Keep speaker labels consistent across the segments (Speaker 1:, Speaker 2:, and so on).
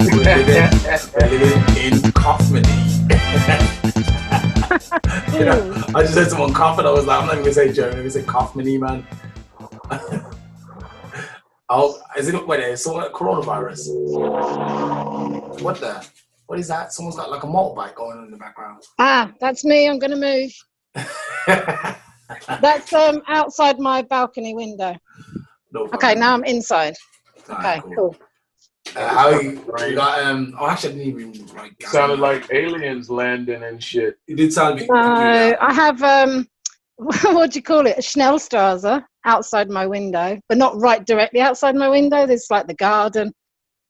Speaker 1: it, spell it in Kaufmany. you know, I just heard someone cough and I was like, I'm not even gonna say Joe, I'm gonna say Kaufmany, man. oh, is it wait? It's all coronavirus. What the? What is that? Someone's got like a motorbike going on in the background.
Speaker 2: Ah, that's me. I'm gonna move. that's um outside my balcony window.
Speaker 1: No problem.
Speaker 2: Okay, now I'm inside.
Speaker 1: Alright,
Speaker 2: Okay, cool.
Speaker 1: Uh, how you, you got? Um, oh, actually, I didn't even like.
Speaker 3: Sounded like aliens landing and shit.
Speaker 1: it did sound a bit.
Speaker 2: No, I have um, what do you call it? A Schnellstraße outside my window, but not right directly outside my window. There's like the garden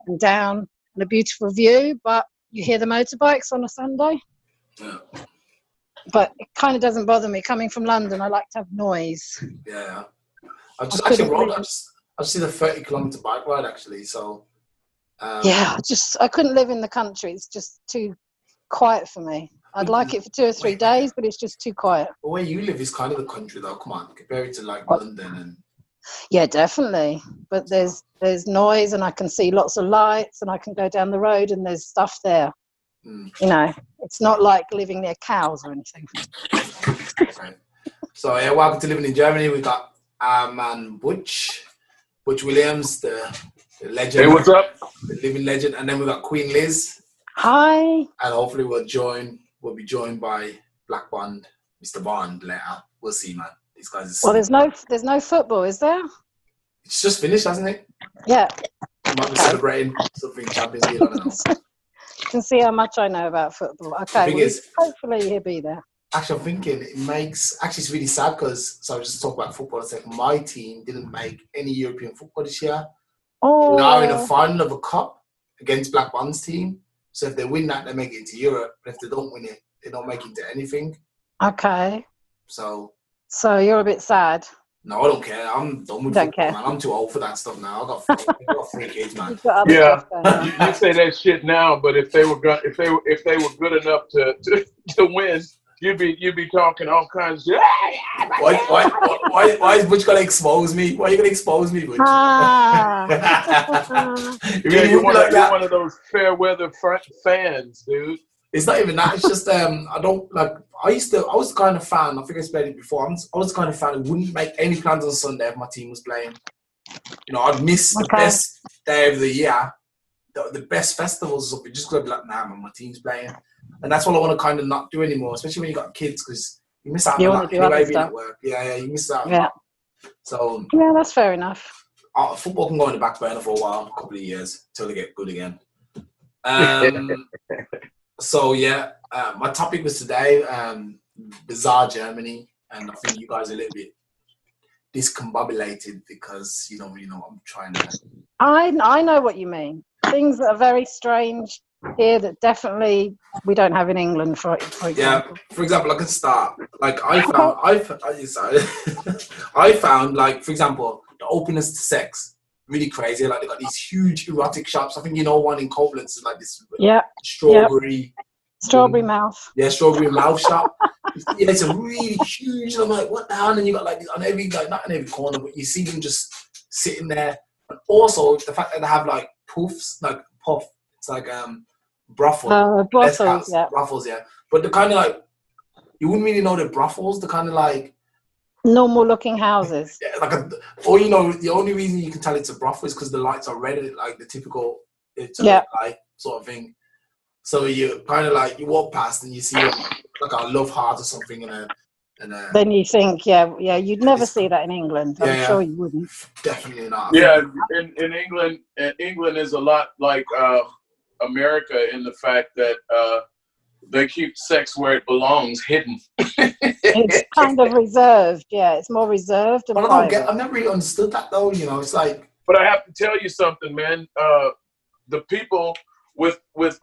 Speaker 2: and down and a beautiful view, but you hear the motorbikes on a Sunday.
Speaker 1: Yeah.
Speaker 2: But it kind of doesn't bother me. Coming from London, I like to have noise.
Speaker 1: Yeah, I just
Speaker 2: I couldn't
Speaker 1: actually rolled. I
Speaker 2: really-
Speaker 1: just I just did a thirty kilometer bike ride actually. So um,
Speaker 2: Yeah, I just I couldn't live in the country. It's just too quiet for me. I'd
Speaker 1: Mm-hmm.
Speaker 2: like it for two or three days, but it's just too quiet.
Speaker 1: but where you live is kind of the country though. Come on, compare it to like
Speaker 2: What?
Speaker 1: London and
Speaker 2: Yeah, definitely. But there's there's noise, and I can see lots of lights, and I can go down the road, and there's stuff there.
Speaker 1: Mm.
Speaker 2: You know, it's not like living near cows or anything.
Speaker 1: okay. so yeah, welcome to living in Germany. We got our man Butch, Butch Williams, the, the legend,
Speaker 3: Hey, what's up?
Speaker 1: the living legend, and then we got Queen Liz,
Speaker 2: Hi.
Speaker 1: and hopefully we'll join. We'll be joined by Black Bond, Mr. Bond later. We'll see, man. These guys.
Speaker 2: Well,
Speaker 1: Is,
Speaker 2: there's no there's no football, is there?
Speaker 1: it's just finished, hasn't it?
Speaker 2: Yeah.
Speaker 1: Might be
Speaker 2: Okay.
Speaker 1: celebrating something Champions League. I don't know.
Speaker 2: You can see how much I know about football. Okay.
Speaker 1: thing
Speaker 2: well,
Speaker 1: is-
Speaker 2: hopefully he'll be there.
Speaker 1: actually, I'm thinking it makes actually it's really sad because so I was just talking about football. It's like my team didn't make any European football this year.
Speaker 2: Oh.
Speaker 1: We are in the final of a cup against Black Bonds team. So if they win that, they make it to Europe. But if they don't win it, they don't make it to anything.
Speaker 2: okay.
Speaker 1: So
Speaker 2: So you're a bit sad.
Speaker 1: no, I don't care. I'm done with
Speaker 2: Don't
Speaker 1: football,
Speaker 2: care.
Speaker 1: man. I'm too old for that stuff now. I got, I got three kids, man.
Speaker 2: You've got other
Speaker 3: Yeah.
Speaker 2: stuff going
Speaker 3: You,
Speaker 2: on.
Speaker 3: you say that shit now, but if they were go- if they were if they were good enough to, to, to win, you'd be you'd be talking all kinds of shit.
Speaker 1: Why, why, why, why is Butch gonna expose me? Why are you gonna expose me, Butch?
Speaker 2: Ah.
Speaker 1: You
Speaker 3: Yeah,
Speaker 1: really
Speaker 3: you're
Speaker 1: would
Speaker 3: one,
Speaker 1: like
Speaker 3: of,
Speaker 1: that?
Speaker 3: you're one of those fair weather fr- fans, dude.
Speaker 1: It's not even that. It's just um, I don't like. I used to. I was the kind of fan. I think I explained it before. I'm, I was the kind of fan who wouldn't make any plans on Sunday if my team was playing. You know, I'd miss the
Speaker 2: Okay.
Speaker 1: best day of the year, the, the best festivals or something, just because I'd be like, nah, man, my team's playing, and that's what I want to kind of not do anymore, especially when you got kids, because you miss out
Speaker 2: You
Speaker 1: on
Speaker 2: wanna
Speaker 1: that
Speaker 2: do other
Speaker 1: anyway, being
Speaker 2: stuff.
Speaker 1: at work. Yeah, yeah, you miss out. on
Speaker 2: Yeah.
Speaker 1: that. So
Speaker 2: Yeah, that's fair enough.
Speaker 1: uh, football can go on the back burner for a while, a couple of years, till they get good again. Um, so yeah, uh, my topic was today um, bizarre Germany, and I think you guys are a little bit discombobulated because you don't really know what I'm trying to.
Speaker 2: I I know what you mean. Things that are very strange here that definitely we don't have in England, for, for
Speaker 1: Yeah,
Speaker 2: example.
Speaker 1: for example, I can start. Like I found, I f- I, sorry. I found like for example, the openness to sex really crazy. Like they got these huge erotic shops. I think you know one in Koblenz is like this
Speaker 2: Yeah.
Speaker 1: strawberry.
Speaker 2: Strawberry
Speaker 1: Mm.
Speaker 2: mouth.
Speaker 1: Yeah, strawberry mouth shop. Yeah, it's a really huge. I'm like, what the hell? And then you got like on every like not in every corner, but you see them just sitting there. And also the fact that they have like puffs, like puff. It's like um brothel.
Speaker 2: Uh,
Speaker 1: Let's have
Speaker 2: bottles, yeah.
Speaker 1: brothels, yeah. But the kind of like you wouldn't really know the brothels. The kind of like
Speaker 2: Normal looking houses.
Speaker 1: yeah, like a, or you know the only reason you can tell it's a brothel is because the lights are red, like the typical it's a
Speaker 2: Yeah.
Speaker 1: light sort of thing. So you kind of like you walk past and you see like a love heart or something and a and a
Speaker 2: Then you think, yeah, yeah, you'd never see that in England. I'm
Speaker 1: Yeah, yeah.
Speaker 2: sure you wouldn't.
Speaker 1: definitely not.
Speaker 3: Yeah, in, in England, in England is a lot like uh, America in the fact that uh, they keep sex where it belongs, hidden.
Speaker 2: It's kind of reserved, yeah. It's more reserved and
Speaker 1: But I don't get.
Speaker 2: private.
Speaker 1: I've never really understood that though. You know, it's like
Speaker 3: But I have to tell you something, man. Uh, the people with with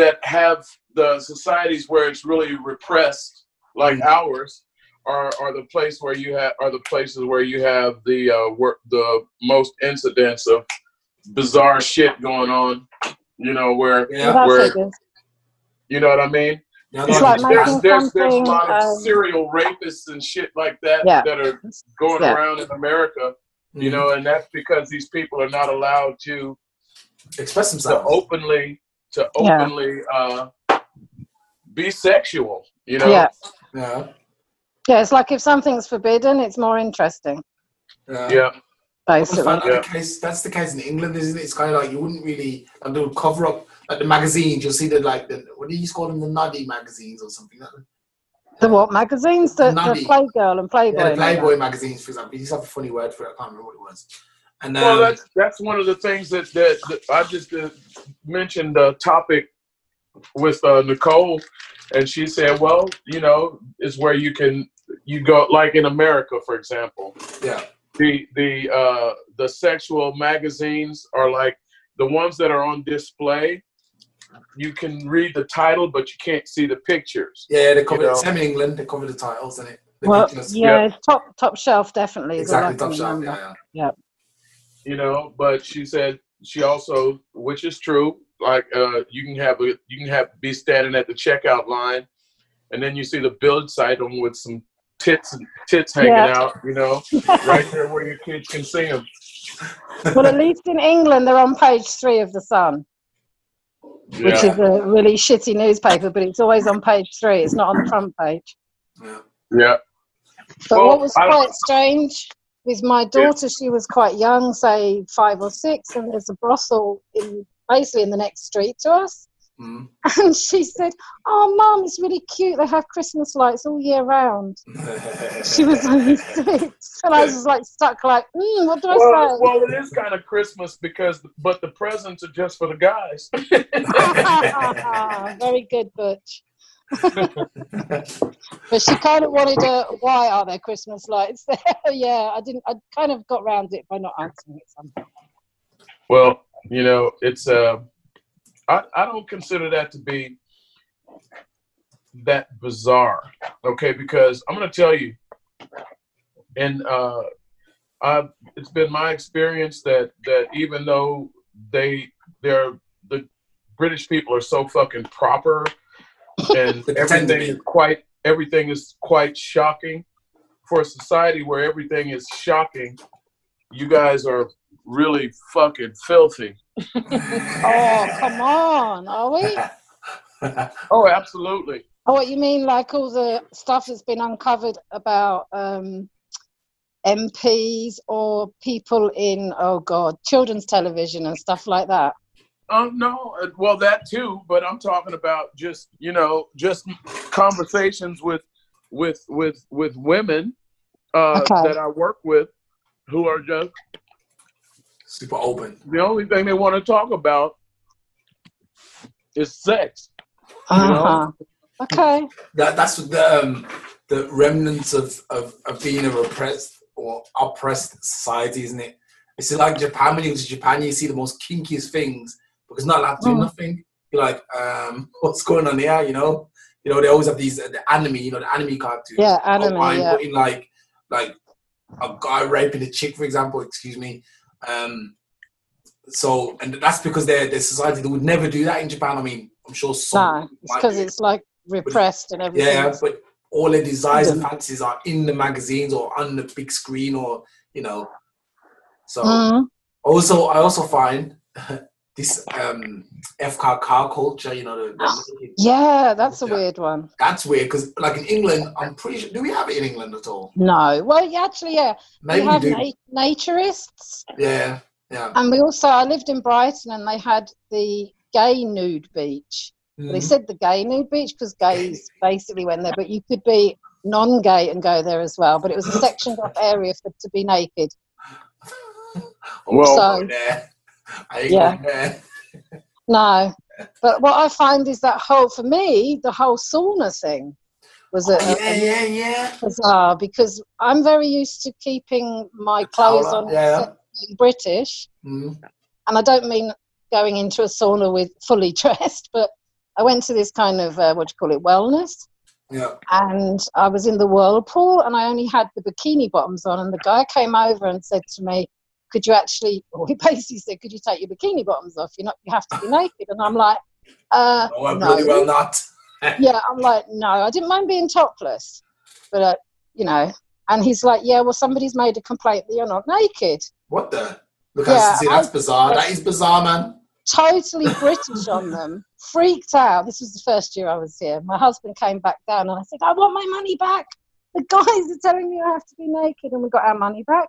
Speaker 3: that have the societies where it's really repressed, like
Speaker 2: Mm-hmm.
Speaker 1: Mhm.
Speaker 3: ours, are are the place where you have are the places where you have the uh, wor- the most incidents of bizarre shit going on. You know where
Speaker 1: yeah,
Speaker 2: Well,
Speaker 3: where-
Speaker 2: that's it.
Speaker 3: you know what I mean.
Speaker 1: yeah,
Speaker 2: It's
Speaker 1: no,
Speaker 2: like
Speaker 1: yeah.
Speaker 3: there's,
Speaker 2: making-
Speaker 3: there's, there's a
Speaker 2: something,
Speaker 3: lot of
Speaker 2: um,
Speaker 3: serial rapists and shit like that
Speaker 2: Yeah.
Speaker 3: that are going
Speaker 2: Yeah.
Speaker 3: around in America, you
Speaker 1: Mm-hmm.
Speaker 3: know, and that's because these people are not allowed to,
Speaker 1: express
Speaker 3: to
Speaker 1: themselves.
Speaker 3: openly to
Speaker 2: Yeah.
Speaker 3: openly uh, be sexual. You know,
Speaker 2: Yeah.
Speaker 1: Yeah.
Speaker 2: Yeah, it's like if something's forbidden, it's more interesting,
Speaker 1: Yeah.
Speaker 3: yeah,
Speaker 1: That's,
Speaker 2: basically.
Speaker 1: the case, that's the case in England, isn't it? It's kind of like you wouldn't really like the cover up like the magazines. You'll see the like the what do you call them the nuddy magazines or something? That-
Speaker 2: The what magazines? The, the
Speaker 1: Nutty.
Speaker 2: Playgirl and Playboy.
Speaker 1: Yeah, the
Speaker 2: and all that.
Speaker 1: Playboy magazines, for example. You just have a funny word for it. I can't remember what it was. And um,
Speaker 3: well, that's that's one of the things that that, that I just uh, mentioned the topic with uh, Nicole, and she said, "Well, you know, is where you can you go like in America, for example,
Speaker 1: yeah,
Speaker 3: the the uh, the sexual magazines are like the ones that are on display. You can read the title, but you can't see the pictures.
Speaker 1: yeah, they cover
Speaker 3: You know.
Speaker 1: same in England. They cover the titles and it. The
Speaker 2: Well,
Speaker 1: pictures.
Speaker 2: yeah, it's top top shelf definitely. is all I
Speaker 1: exactly.
Speaker 2: can
Speaker 1: Top shelf.
Speaker 2: remember.
Speaker 1: Yeah, yeah.
Speaker 3: you know but she said she also which is true like uh you can have a you can have be standing at the checkout line and then you see the build site on with some tits and tits hanging
Speaker 2: Yeah.
Speaker 3: out you know right there where your kids can see them
Speaker 2: well, at least in England, they're on page three of the Sun, which
Speaker 3: yeah
Speaker 2: is a really shitty newspaper, but it's always on page three. It's not on the front page.
Speaker 1: yeah.
Speaker 3: yeah
Speaker 2: But
Speaker 3: Well,
Speaker 2: what was
Speaker 3: I-
Speaker 2: quite strange with my daughter, she was quite young, say five or six, and there's a brothel in basically in the next street to us.
Speaker 1: Mm.
Speaker 2: And she said, "Oh, mum, it's really cute. They have Christmas lights all year round."
Speaker 1: Mm.
Speaker 2: She was only six, and I was just like stuck, like, mm, "What do I
Speaker 3: well,
Speaker 2: say?"
Speaker 3: well, it is kind of Christmas because, but the presents are just for the guys.
Speaker 2: Very good, Butch. but she kind of wanted a why are there Christmas lights there? yeah, I didn't. I kind of got round it by not answering it. Somehow.
Speaker 3: Well, you know, it's uh, I I don't consider that to be that bizarre, okay? Because I'm gonna tell you, and uh, I've it's been my experience that that even though they they're the British people are so fucking proper,
Speaker 1: Pretend
Speaker 3: and
Speaker 1: to
Speaker 3: everything
Speaker 1: be.
Speaker 3: is quite everything is quite shocking for a society where everything is shocking. You guys are really fucking filthy.
Speaker 2: Oh, come on, are we?
Speaker 3: Oh, absolutely.
Speaker 2: Oh, what you mean, like all the stuff that's been uncovered about um, MPs or people in, oh God, children's television and stuff like that?
Speaker 3: Um, no, uh, well, that too, but I'm talking about just you know just conversations with with with with women uh,
Speaker 2: Okay.
Speaker 3: that I work with who are just
Speaker 1: Super open.
Speaker 3: the only thing they want to talk about is sex.
Speaker 2: Uh-huh. Okay.
Speaker 1: That, that's the um, the remnants of, of, of being a repressed or oppressed society, isn't it? It's like Japan. When you go to Japan, you see the most kinkiest things because not allowed to do
Speaker 2: Mm.
Speaker 1: nothing. You're like, um, what's going on here? You know, you know they always have these uh, the anime, you know, the anime cartoons.
Speaker 2: Yeah,
Speaker 1: Or
Speaker 2: anime.
Speaker 1: wine,
Speaker 2: Yeah.
Speaker 1: putting like like a guy raping a chick, for example. Excuse me. Um, so and that's because they're they're society that would never do that in Japan. I mean, I'm sure some
Speaker 2: No, it's
Speaker 1: might
Speaker 2: because
Speaker 1: do it.
Speaker 2: it's like repressed and everything.
Speaker 1: yeah, but all their desires and
Speaker 2: Mhm.
Speaker 1: fancies are in the magazines or on the big screen or you know. So
Speaker 2: Mm.
Speaker 1: also I also find this um FKK culture, you know, the, the-
Speaker 2: Ah, Yeah, that's a
Speaker 1: Yeah.
Speaker 2: weird one.
Speaker 1: that's weird because like in England, I'm pretty sure do we have it in England at all?
Speaker 2: No. Well, yeah, actually, yeah. Ah,
Speaker 1: Maybe
Speaker 2: we
Speaker 1: we
Speaker 2: have
Speaker 1: do.
Speaker 2: na- naturists.
Speaker 1: Yeah, yeah.
Speaker 2: And we also, I lived in Brighton and they had the gay nude beach.
Speaker 1: Hmm. Mm-hmm.
Speaker 2: They said the gay nude beach because gays basically went there, but you could be non gay and go there as well. But it was a sectioned off area for to be naked.
Speaker 3: Well,
Speaker 2: So-
Speaker 1: Yeah. I ain't
Speaker 2: Um, Yeah.
Speaker 1: going there.
Speaker 2: No. But what I find is that whole, for me, the whole sauna thing was a,
Speaker 1: Oh, Yeah,
Speaker 2: a-
Speaker 1: yeah, yeah.
Speaker 2: bizarre because I'm very used to keeping my clothes
Speaker 1: Towel
Speaker 2: on
Speaker 1: up, yeah.
Speaker 2: being British.
Speaker 1: Mm.
Speaker 2: and I don't mean going into a sauna with fully dressed, but I went to this kind of uh, what do you call it wellness,
Speaker 1: Yeah.
Speaker 2: and I was in the whirlpool, and I only had the bikini bottoms on, and the guy came over and said to me, "Could you actually?" Or he basically said, "Could you take your bikini bottoms off? You're not. You have to be naked." And I'm like, uh,
Speaker 1: Oh, I
Speaker 2: No.
Speaker 1: bloody well not.
Speaker 2: "Yeah." I'm like, "No, I didn't mind being topless, but uh, you know." And he's like, "Yeah, well, somebody's made a complaint that you're not naked."
Speaker 1: What the? Look,
Speaker 2: Yeah,
Speaker 1: see, that's bizarre. That is bizarre, man.
Speaker 2: totally British on them, freaked out. This was the first year I was here. My husband came back down and I said, I want my money back. The guys are telling me I have to be naked, and we got our money back.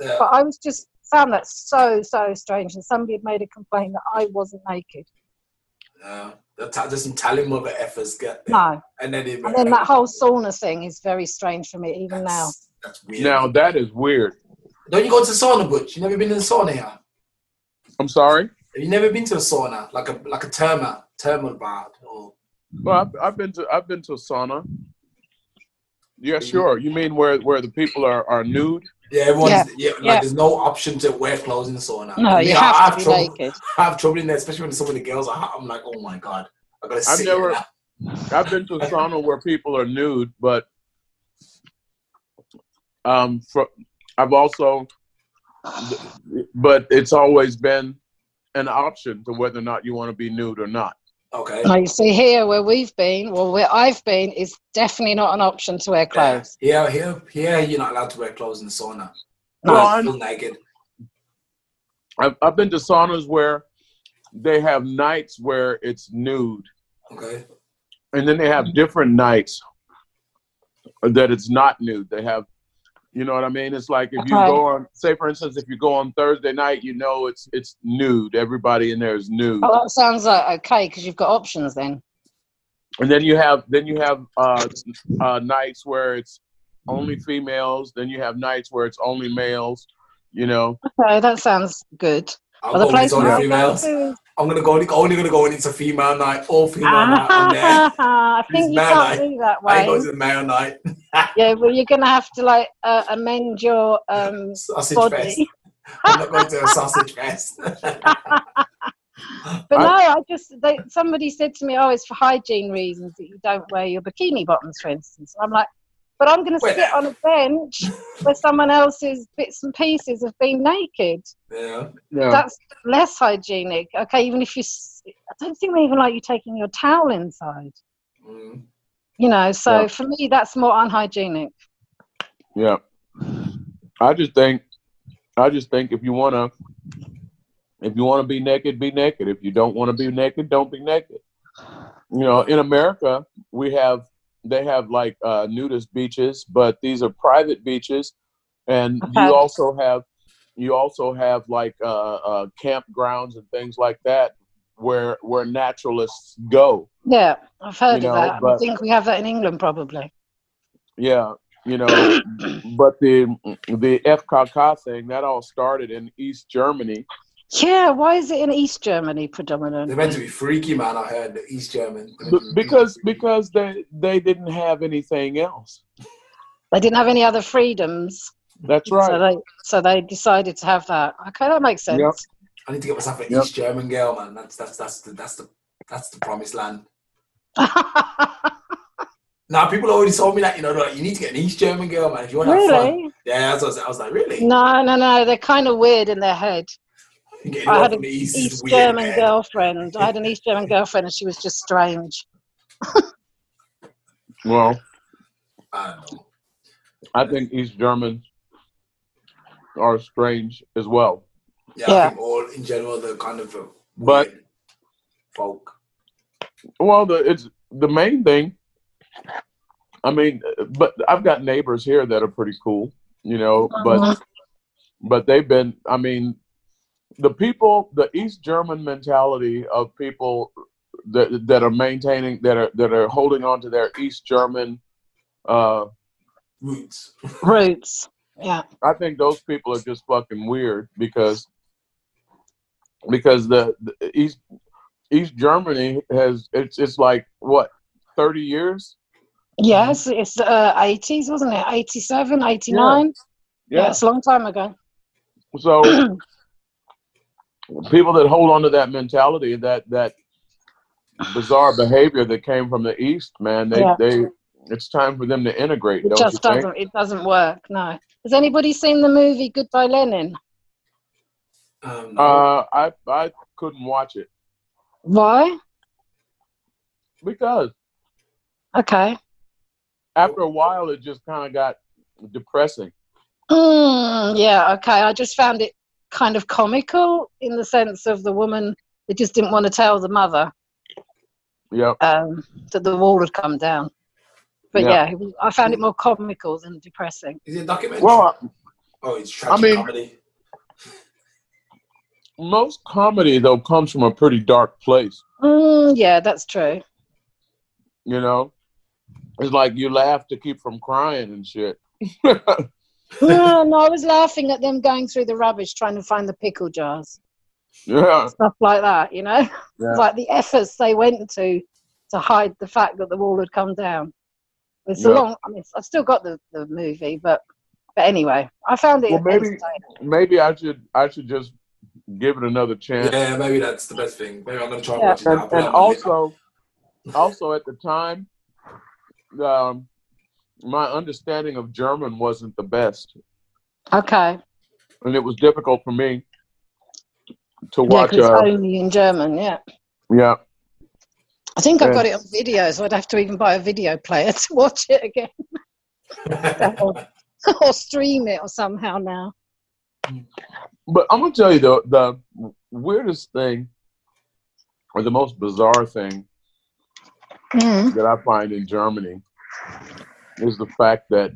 Speaker 1: Yeah.
Speaker 2: But I was just found that so, so strange. And somebody had made a complaint that I wasn't naked.
Speaker 1: yeah. They'll Uh, ta- Just some tally mother effers get there.
Speaker 2: No.
Speaker 1: And then, it,
Speaker 2: And then that whole sauna thing is very strange for me, even now.
Speaker 1: That's, that's weird.
Speaker 3: Now that is weird.
Speaker 1: Don't you go to sauna, Butch? You never been in a sauna here? Have
Speaker 3: I'm sorry.
Speaker 1: you never been to a sauna? Like a like a thermal, thermal bath or
Speaker 3: Well, I've, I've been to I've been to a sauna. Yeah,
Speaker 2: Mm.
Speaker 3: sure. You mean where where the people are are nude?
Speaker 1: Yeah, everyone's yeah.
Speaker 2: Yeah.
Speaker 1: like
Speaker 2: Yeah.
Speaker 1: there's no option to wear clothes in the sauna.
Speaker 2: No,
Speaker 1: Me,
Speaker 2: you
Speaker 1: I- I
Speaker 2: have to be
Speaker 1: trouble,
Speaker 2: naked.
Speaker 1: I have trouble in there, especially when some of the girls are hot. I'm like, oh my god, I gotta sit.
Speaker 3: never-
Speaker 1: in that.
Speaker 3: I've been to a sauna where people are nude, but um, for, I've also, but it's always been an option to whether or not you want to be nude or not.
Speaker 1: Okay.
Speaker 2: Now, you see, here where we've been, well, where I've been, is definitely not an option to wear clothes.
Speaker 1: Yeah, here, here, you're not allowed to wear clothes in the sauna.
Speaker 3: No.
Speaker 1: Well, I feel naked.
Speaker 3: I've, I've been to saunas where they have nights where it's nude,
Speaker 1: Okay.
Speaker 3: and then they have different nights that it's not nude. They have, you know what I mean? It's like if you
Speaker 2: Okay.
Speaker 3: go on, say for instance, if you go on Thursday night, you know it's it's nude. Everybody in there is nude.
Speaker 2: Oh, that sounds like okay, because you've got options then.
Speaker 3: and then you have then you have uh, uh, nights where it's only females. Then you have nights where it's only males. You know,
Speaker 2: Okay, that sounds good.
Speaker 1: I'll
Speaker 2: Well, the
Speaker 1: go when it's
Speaker 2: place
Speaker 1: only
Speaker 2: where I've
Speaker 1: females.
Speaker 2: been
Speaker 1: I'm gonna go only gonna go when it's a female night, all female night. I'm there.
Speaker 2: Ah, I think
Speaker 1: It's
Speaker 2: you
Speaker 1: mad,
Speaker 2: can't
Speaker 1: like,
Speaker 2: do that
Speaker 1: I ain't going
Speaker 2: way.
Speaker 1: to the male night.
Speaker 2: Yeah, well, you're going to have to like uh, amend your um,
Speaker 1: Sausage fest.
Speaker 2: body.
Speaker 1: I'm not going to a sausage fest.
Speaker 2: But
Speaker 3: I-
Speaker 2: no, I just they, somebody said to me, "Oh, it's for hygiene reasons that you don't wear your bikini bottoms, for instance." And I'm like, "But I'm going to
Speaker 1: Wait.
Speaker 2: sit on a bench where someone else's bits and pieces have been naked.
Speaker 1: yeah.
Speaker 3: yeah.
Speaker 2: That's less hygienic." Okay, even if you, s- I don't think they even like you taking your towel inside.
Speaker 1: Mm.
Speaker 2: You know, so
Speaker 3: Yeah.
Speaker 2: for me, that's more unhygienic.
Speaker 3: yeah. I just think, I just think if you wanna, if you wanna be naked, be naked. If you don't wanna be naked, don't be naked. You know, in America, we have they have like uh, nudist beaches, but these are private beaches, and
Speaker 2: Okay.
Speaker 3: you also have you also have like uh, uh, campgrounds and things like that where where naturalists go.
Speaker 2: Yeah, I've heard
Speaker 3: You
Speaker 2: of
Speaker 3: know,
Speaker 2: that. I
Speaker 3: but-
Speaker 2: think we have that in England probably.
Speaker 3: Yeah, you know, but the the FKK thing that all started in East Germany.
Speaker 2: Yeah, why is it in East Germany
Speaker 1: They're
Speaker 2: predominant?
Speaker 1: meant to be freaky, man. I heard the East German. They're meant to be
Speaker 3: because
Speaker 1: freaky.
Speaker 3: because they they didn't have anything else.
Speaker 2: They didn't have any other freedoms.
Speaker 3: That's
Speaker 2: So
Speaker 3: right.
Speaker 2: they, so they decided to have that. Okay, that makes sense.
Speaker 3: Yep.
Speaker 1: I need to get myself an
Speaker 3: Yep.
Speaker 1: East German girl, man. That's that's that's the that's the that's the promised land. Now people already told me that you know they're like, you need to get an East German girl, man. If you want to have fun,
Speaker 2: really?
Speaker 1: yeah. That's what I, was, I was like, really?
Speaker 2: No, no, no. They're kind of weird in their head.
Speaker 1: Getting
Speaker 2: I
Speaker 1: one
Speaker 2: had
Speaker 1: from
Speaker 2: an
Speaker 1: the East is
Speaker 2: East
Speaker 1: weird,
Speaker 2: German
Speaker 1: man.
Speaker 2: girlfriend. I had an East German girlfriend, and she was just strange.
Speaker 3: Well,
Speaker 1: I don't know.
Speaker 3: I think East Germans are strange as well.
Speaker 1: Yeah, I
Speaker 2: Yeah.
Speaker 1: think all in general they're kind of a
Speaker 3: But-
Speaker 1: weird folk.
Speaker 3: Well, the it's the main thing. I mean, but I've got neighbors here that are pretty cool, you know. But
Speaker 2: Mhm.
Speaker 3: but they've been i mean the people the east german mentality of people that that are maintaining that are that are holding on to their east german uh
Speaker 1: Roots.
Speaker 2: Roots. Yeah.
Speaker 3: i think those people are just fucking weird because because the, the east east germany has it's it's like what 30 years
Speaker 2: Yes, it's the uh, 80s, wasn't it? 87, 89? Yeah. it's a long time ago.
Speaker 3: so people that hold on to that mentality, that that bizarre behavior that came from the East, man, they
Speaker 2: Yeah.
Speaker 3: they it's time for them to integrate,
Speaker 2: It
Speaker 3: don't you
Speaker 2: just
Speaker 3: think?
Speaker 2: doesn't. It doesn't work. No. Has anybody seen the movie Goodbye Lenin?
Speaker 1: Um,
Speaker 3: Uh, I I couldn't watch it
Speaker 2: Why?
Speaker 3: because
Speaker 2: Okay.
Speaker 3: after a while it just kind of got depressing.
Speaker 2: Hmm, Mm, yeah, okay. I just found it kind of comical in the sense of the woman They just didn't want to tell the mother
Speaker 3: Yep.
Speaker 2: um, that the wall had come down. But
Speaker 3: Yeah.
Speaker 2: yeah, it was, I found it more comical than depressing.
Speaker 1: Is it a documentary?
Speaker 3: Well,
Speaker 1: oh, it's
Speaker 3: I
Speaker 1: tragic
Speaker 3: mean-
Speaker 1: comedy.
Speaker 3: most comedy though comes from a pretty dark place.
Speaker 2: Mm, yeah, that's true.
Speaker 3: You know, it's like you laugh to keep from crying and shit. yeah,
Speaker 2: Hmm, no, no, I was laughing at them going through the rubbish trying to find the pickle jars, stuff like that. You know,
Speaker 3: Yeah.
Speaker 2: like the efforts they went to to hide the fact that the wall had come down. It's a
Speaker 3: Yeah.
Speaker 2: long. I mean, I've still got the, the movie, but but anyway, I found it.
Speaker 3: Well, maybe-
Speaker 2: entertaining.
Speaker 3: maybe I should I should just give it another chance.
Speaker 1: Yeah, maybe that's the best thing. Maybe I'm gonna try and
Speaker 2: Yeah.
Speaker 1: watch it
Speaker 3: and,
Speaker 1: now. I'll put
Speaker 3: and
Speaker 1: it on my list.
Speaker 3: also, also at the time, um, my understanding of German wasn't the best,
Speaker 2: Okay.
Speaker 3: and it was difficult for me to
Speaker 2: Yeah,
Speaker 3: watch.
Speaker 2: 'cause it's
Speaker 3: uh,
Speaker 2: only in German. Yeah.
Speaker 3: yeah,
Speaker 2: I think I've
Speaker 3: Yeah.
Speaker 2: got it on video, so I'd have to even buy a video player to watch it again or, or stream it or somehow now.
Speaker 3: but I'm gonna tell you the the weirdest thing, or the most bizarre thing
Speaker 2: Mm.
Speaker 3: that I find in Germany is the fact that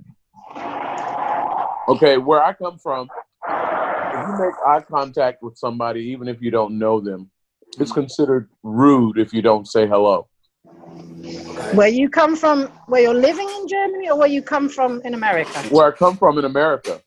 Speaker 3: okay, where I come from, if you make eye contact with somebody, even if you don't know them, it's considered rude if you don't say hello.
Speaker 1: Okay.
Speaker 2: Where you come from, where you're living in Germany or where you come from in America?
Speaker 3: Where I come from in America,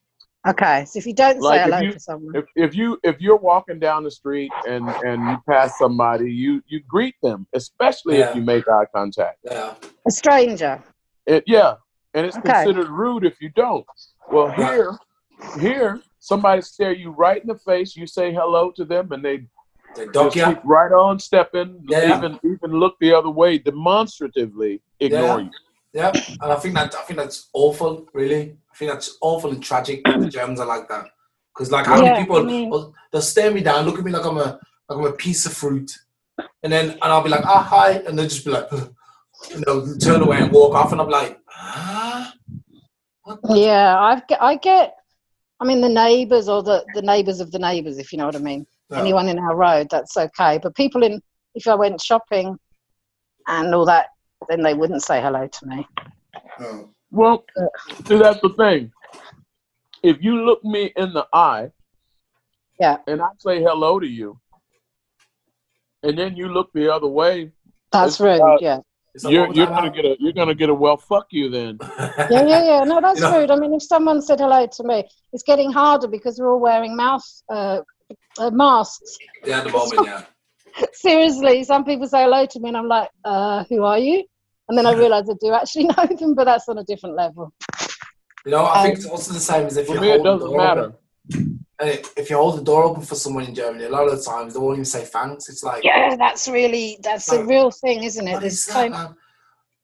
Speaker 2: Okay, so if you don't
Speaker 3: Like,
Speaker 2: say
Speaker 3: if
Speaker 2: hello
Speaker 3: you-
Speaker 2: to someone.
Speaker 3: if, if you if you're walking down the street and and you pass somebody, you you greet them, especially
Speaker 1: Yeah.
Speaker 3: if you make eye contact.
Speaker 1: Yeah.
Speaker 2: A stranger.
Speaker 3: It, yeah, and it's
Speaker 2: Okay.
Speaker 3: considered rude if you don't. Well,
Speaker 1: Right.
Speaker 3: here, here, somebody stare you right in the face. You say hello to them, and they
Speaker 1: They
Speaker 3: just
Speaker 1: dunk you.
Speaker 3: keep right on stepping.
Speaker 1: Yeah.
Speaker 3: Even even look the other way, demonstratively ignore
Speaker 1: Yeah.
Speaker 3: you.
Speaker 1: Yeah, and I think that I think that's awful. Really, I think that's awful and tragic. that the Germans are like that because, like, how
Speaker 2: Yeah,
Speaker 1: many people
Speaker 2: I mean-
Speaker 1: will- they'll stare me down, look at me like I'm a like I'm a piece of fruit, and then and I'll be like, ah, hi, and they'll just be like, and they'll turn away and walk off, and I'm like, ah,
Speaker 2: Yeah, I've, g- I get, I mean, the neighbours or the, the neighbours of the neighbours, if you know what I mean.
Speaker 1: No.
Speaker 2: anyone in our road, that's okay. But people in, if I went shopping and all that, then they wouldn't say hello to me.
Speaker 1: No.
Speaker 3: Well, see, that's the thing. If you look me in the eye,
Speaker 2: Yeah.
Speaker 3: and I say hello to you, and then you look the other way,
Speaker 2: That's
Speaker 3: It's,
Speaker 2: rude,
Speaker 3: uh,
Speaker 2: yeah.
Speaker 1: It's like,
Speaker 3: you're
Speaker 1: what was
Speaker 3: you're
Speaker 1: that
Speaker 3: gonna
Speaker 1: about?
Speaker 3: get a you're gonna get a well fuck you then.
Speaker 2: Yeah, yeah, yeah. No, that's
Speaker 1: You know-
Speaker 2: rude. I mean, if someone said hello to me, it's getting harder because we're all wearing mouth uh, uh, masks.
Speaker 1: yeah, at the moment, yeah.
Speaker 2: Seriously, some people say hello to me and I'm like, uh, who are you? And then I realize I do actually know them, but that's on a different level.
Speaker 1: You know, I think
Speaker 2: Um,
Speaker 1: it's also the same as if
Speaker 3: For
Speaker 1: you
Speaker 3: me, it
Speaker 1: hold the
Speaker 3: doesn't
Speaker 1: door
Speaker 3: matter.
Speaker 1: open. And if- if you hold the door open for someone in Germany, a lot of the times they won't even say thanks. It's like,
Speaker 2: Yeah, that's really, that's a
Speaker 1: Like,
Speaker 2: real thing, isn't it?
Speaker 1: what is
Speaker 2: There's
Speaker 1: that,
Speaker 2: so,
Speaker 1: man?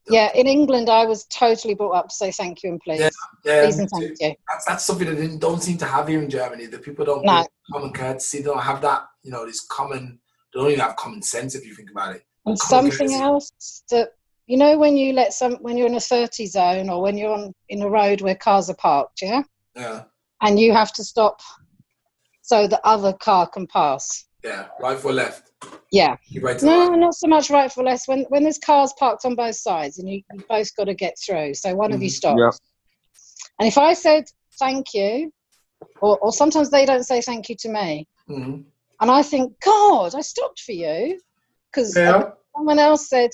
Speaker 2: yeah, in England, I was totally brought up to say thank you and please.
Speaker 1: Yeah,
Speaker 2: Please
Speaker 1: me
Speaker 2: and
Speaker 1: too.
Speaker 2: thank you.
Speaker 1: that's, that's something that they don't seem to have here in Germany. That people don't
Speaker 2: No.
Speaker 1: give common courtesy. They don't have that, you know, this common. They don't even have common sense if you think about it. Common
Speaker 2: And something
Speaker 1: courtesy.
Speaker 2: else that you know when you let some when you're in a 30 zone or when you're on in a road where cars are parked, yeah,
Speaker 1: Yeah,
Speaker 2: and you have to stop so the other car can pass.
Speaker 1: yeah. Right for left.
Speaker 2: Yeah.
Speaker 1: You right to the
Speaker 2: No,
Speaker 1: right.
Speaker 2: not so much right for less. When when there's cars parked on both sides and you you've both got to get through, so one of you
Speaker 1: Mhm.
Speaker 2: stops.
Speaker 3: Yeah.
Speaker 2: And if I said thank you, or, or sometimes they don't say thank you to me,
Speaker 1: Mhm.
Speaker 2: and I think God, I stopped for you because
Speaker 1: Yeah.
Speaker 2: someone else said,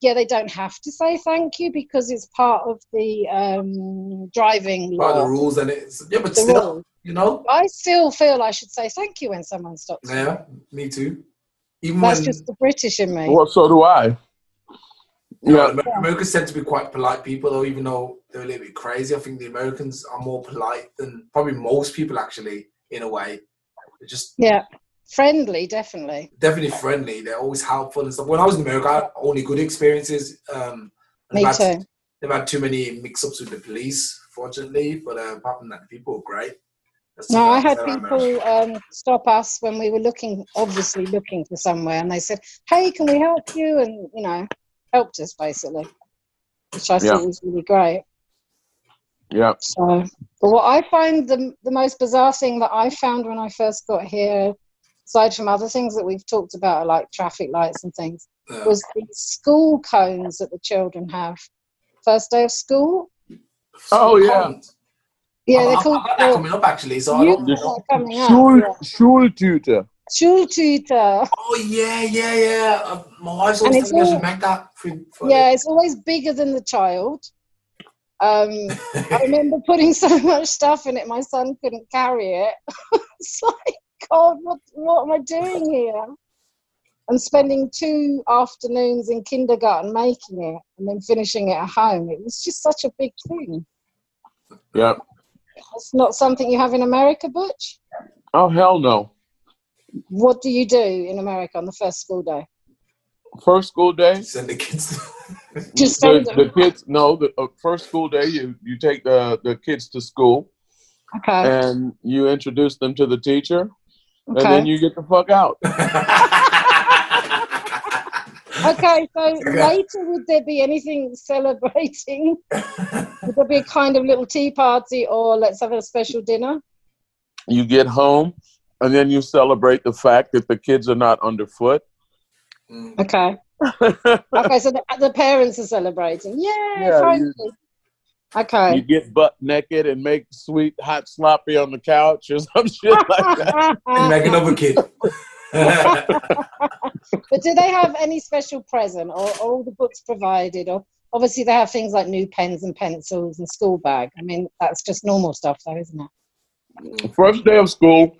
Speaker 2: yeah, they don't have to say thank you because it's part of the um, driving
Speaker 1: By the
Speaker 2: law.
Speaker 1: rules and it's yeah, but
Speaker 2: the
Speaker 1: still,
Speaker 2: rule.
Speaker 1: you know.
Speaker 2: I still feel I should say thank you when someone stops. me.
Speaker 1: Yeah, me too. Even
Speaker 2: That's
Speaker 1: when
Speaker 2: just the British in me.
Speaker 3: Well, so do I.
Speaker 1: you know,
Speaker 3: Yeah,
Speaker 1: Uh, Amer- Americans tend to be quite polite people, though, even though they're a little bit crazy. I think the Americans are more polite than probably most people, actually, in a way. They're just
Speaker 2: Yeah, friendly, definitely.
Speaker 1: definitely friendly. They're always helpful and stuff. When I was in America, I had only good experiences. Um,
Speaker 2: Me
Speaker 1: they've
Speaker 2: too.
Speaker 1: Had, they've had too many mix-ups with the police, fortunately. But uh, apart from that, the people were great. That's
Speaker 2: No,
Speaker 1: something
Speaker 2: I
Speaker 1: can
Speaker 2: had
Speaker 1: say about
Speaker 2: people
Speaker 1: America.
Speaker 2: um, stop us when we were looking, obviously looking for somewhere, and they said, "Hey, can we help you?" And you know, helped us basically, which I
Speaker 3: Yeah.
Speaker 2: thought was really great.
Speaker 3: yeah.
Speaker 2: So, but what I find the, the most bizarre thing that I found when I first got here aside from other things that we've talked about, like traffic lights and things,
Speaker 1: Yeah.
Speaker 2: was the school cones that the children have. First day of school?
Speaker 3: Oh, yeah.
Speaker 2: Yeah,
Speaker 1: I've,
Speaker 2: they're
Speaker 1: I've
Speaker 2: called
Speaker 1: got that coming up actually. So I
Speaker 2: You-
Speaker 1: don't
Speaker 3: The
Speaker 1: know.
Speaker 2: coming up.
Speaker 3: Schul,
Speaker 2: yeah.
Speaker 3: tutor.
Speaker 2: Schultüter.
Speaker 1: Oh yeah, yeah, yeah. Uh, my wife's
Speaker 2: And
Speaker 1: always
Speaker 2: it's
Speaker 1: telling me I
Speaker 2: all-
Speaker 1: should make that. For, for
Speaker 2: Yeah, it's always bigger than the child. Um, I remember putting so much stuff in it, my son couldn't carry it. it's like, God, what, what am I doing here? And spending two afternoons in kindergarten making it and then finishing it at home. It was just such a big thing.
Speaker 3: Yeah.
Speaker 2: That's not something you have in America, Butch.
Speaker 3: Oh hell no.
Speaker 2: What do you do in America on the first school day?
Speaker 3: First school day.
Speaker 1: Send the kids.
Speaker 2: Just
Speaker 3: The,
Speaker 2: send
Speaker 3: the
Speaker 2: them.
Speaker 3: kids. No, the uh, first school day you you take the the kids to school
Speaker 2: Okay.
Speaker 3: and you introduce them to the teacher and
Speaker 2: Okay.
Speaker 3: then you get the fuck out.
Speaker 2: Okay, so
Speaker 1: Okay.
Speaker 2: later would there be anything celebrating? would there be a kind of little tea party or let's have a special dinner?
Speaker 3: You get home and then you celebrate the fact that the kids are not underfoot.
Speaker 1: Mm.
Speaker 2: Okay. Okay, so the, the parents are celebrating. Yay,
Speaker 3: Yeah,
Speaker 2: finally.
Speaker 3: You
Speaker 2: Okay.
Speaker 3: get butt naked and make sweet hot sloppy on the couch or some shit like that.
Speaker 1: and make
Speaker 2: but
Speaker 1: another kid. yeah,
Speaker 2: do they have any special present or are all the books provided or obviously they have things like new pens and pencils and school bag. I mean, that's just normal stuff though, isn't it?
Speaker 3: First day of school,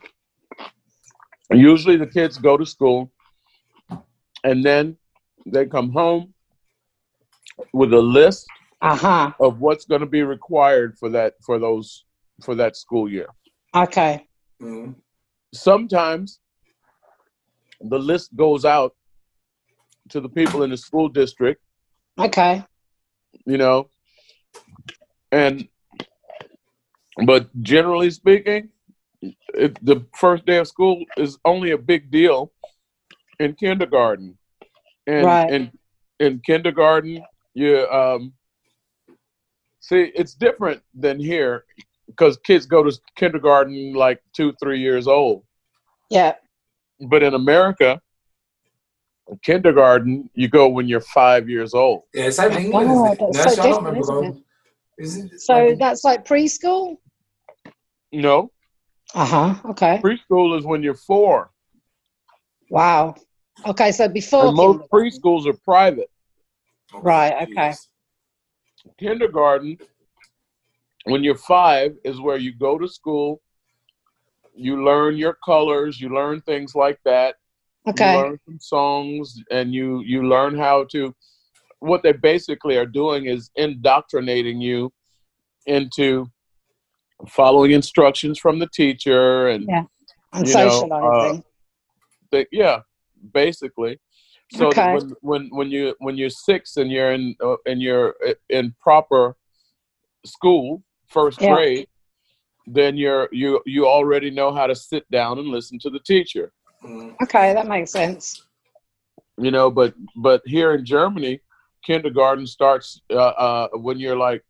Speaker 3: usually the kids go to school and then they come home with a list
Speaker 2: Uh-huh.
Speaker 3: of what's going to be required for that for those for that school year.
Speaker 2: Okay.
Speaker 1: Mm.
Speaker 3: Sometimes the list goes out to the people in the school district,
Speaker 2: Okay.
Speaker 3: you know. And but generally speaking, it, the first day of school is only a big deal in kindergarten. And
Speaker 2: Right.
Speaker 3: in in kindergarten, you um see it's different than here because kids go to kindergarten like two, three years old.
Speaker 2: Yeah.
Speaker 3: But in America, kindergarten you go when you're five years old.
Speaker 1: Yeah, same in England,
Speaker 2: Oh,
Speaker 1: isn't it?
Speaker 2: that's
Speaker 1: Nursery,
Speaker 2: so
Speaker 1: I don't remember
Speaker 2: different, isn't
Speaker 1: going. Isn't it
Speaker 2: So
Speaker 3: Um,
Speaker 1: like-
Speaker 2: that's like preschool?
Speaker 3: No,
Speaker 2: Uh-huh. Okay.
Speaker 3: preschool is when you're four,
Speaker 2: Wow. Okay, so before
Speaker 3: and most preschools are private.
Speaker 2: Right, okay.
Speaker 3: kindergarten, when you're five, is where you go to school. You learn your colors. You learn things like that. You
Speaker 2: Okay.
Speaker 3: learn some songs, and you you learn how to. What they basically are doing is indoctrinating you into following instructions from the teacher, and
Speaker 2: Yeah. And
Speaker 3: you know, uh,
Speaker 2: socializing.
Speaker 3: they, yeah, basically. So that
Speaker 2: Okay.
Speaker 3: when when when you when you're six and you're in uh, and you're i- in proper school, first
Speaker 2: Yeah.
Speaker 3: grade, then you're you you already know how to sit down and listen to the teacher.
Speaker 1: Mm.
Speaker 2: okay, that makes sense.
Speaker 3: You know, but but here in Germany, kindergarten starts uh, uh, when you're like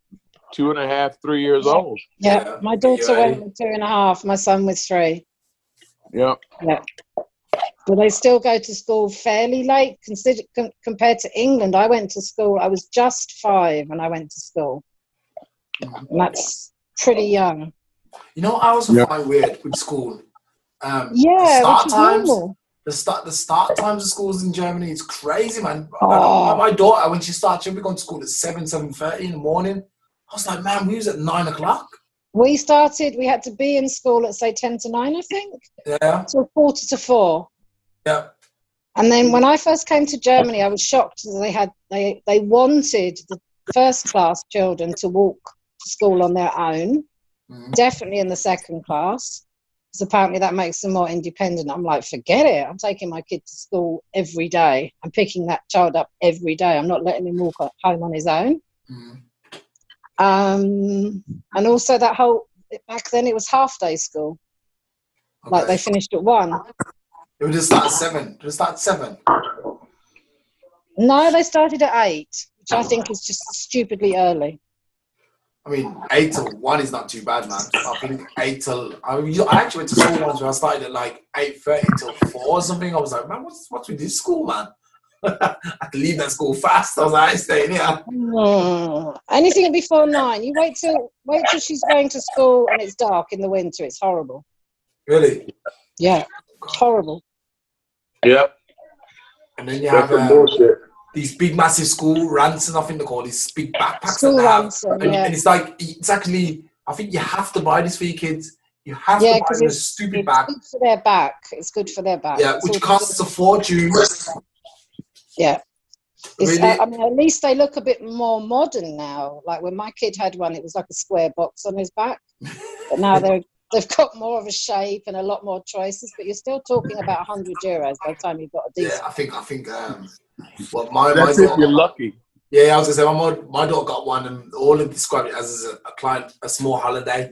Speaker 3: two and a half, three years old.
Speaker 2: Yeah.
Speaker 1: Yeah,
Speaker 2: My daughter
Speaker 1: you're
Speaker 2: went with two and a half, my son was three.
Speaker 3: Yeah,
Speaker 2: Yeah. Do they still go to school fairly late consider, com- compared to England? I went to school, I was just five when I went to school. And that's pretty young.
Speaker 1: You know, what I also
Speaker 3: Yeah.
Speaker 1: find weird with school. Um,
Speaker 2: Yeah,
Speaker 1: start
Speaker 2: which is
Speaker 1: times,
Speaker 2: normal.
Speaker 1: The start, the start times of schools in Germany is crazy, man.
Speaker 2: Oh.
Speaker 1: My, my daughter, when she started, she'll be going to school at seven, seven thirty in the morning. I was like, man, we was at nine o'clock.
Speaker 2: We started, we had to be in school at say 10 to 9, I think,
Speaker 1: Yeah,
Speaker 2: till quarter to four.
Speaker 1: yeah.
Speaker 2: And then when I first came to Germany, I was shocked that they had they they wanted the first class children to walk to school on their own.
Speaker 1: Mm.
Speaker 2: Definitely in the second class, because apparently that makes them more independent. I'm like, forget it. I'm taking my kid to school every day. I'm picking that child up every day. I'm not letting him walk o- home on his own.
Speaker 1: Mm.
Speaker 2: Um, and also that whole back then it was half day school. Like
Speaker 1: Okay.
Speaker 2: they finished at one.
Speaker 1: It would just start at seven. It would start at seven.
Speaker 2: No, they started at eight, which I think is just stupidly early.
Speaker 1: I mean, eight to one is not too bad, man. I think eight to. I, mean, I actually went to school once where I started at like eight thirty till four or something. I was like, man, what's what's with this school, man? I had to leave that school fast. I was like, I ain't staying here.
Speaker 2: Mm. Anything before nine. You wait till wait till she's going to school and it's dark in the winter. It's horrible.
Speaker 1: Really?
Speaker 2: Yeah, it's horrible.
Speaker 3: Yep.
Speaker 1: And then you
Speaker 3: That's
Speaker 1: have
Speaker 3: some
Speaker 1: um,
Speaker 3: bullshit.
Speaker 1: these big, massive school runs, and I think they call these big backpacks.
Speaker 2: School
Speaker 1: that they have.
Speaker 2: ransom,
Speaker 1: And,
Speaker 2: yeah.
Speaker 1: and it's like, it's actually, I think you have to buy this for your kids. You have
Speaker 2: Yeah,
Speaker 1: to buy
Speaker 2: 'cause
Speaker 1: them a
Speaker 2: it's-
Speaker 1: stupid
Speaker 2: It's
Speaker 1: bag.
Speaker 2: good for their back. It's good for their back.
Speaker 1: Yeah,
Speaker 2: It's
Speaker 1: which
Speaker 2: all-
Speaker 1: costs a fortune.
Speaker 2: Yeah. It's,
Speaker 1: Really?
Speaker 2: I mean, at least they look a bit more modern now. Like when my kid had one, it was like a square box on his back. But now they're, they've got more of a shape and a lot more choices. But you're still talking about 100 euros by the time you've got a
Speaker 1: Yeah,
Speaker 2: decent.
Speaker 1: I think, I think, um, well, my, my
Speaker 4: That's if
Speaker 1: daughter,
Speaker 4: you're lucky.
Speaker 1: yeah, I was gonna say, my, mod- my daughter got one, and all of described it as a, a client, a small holiday.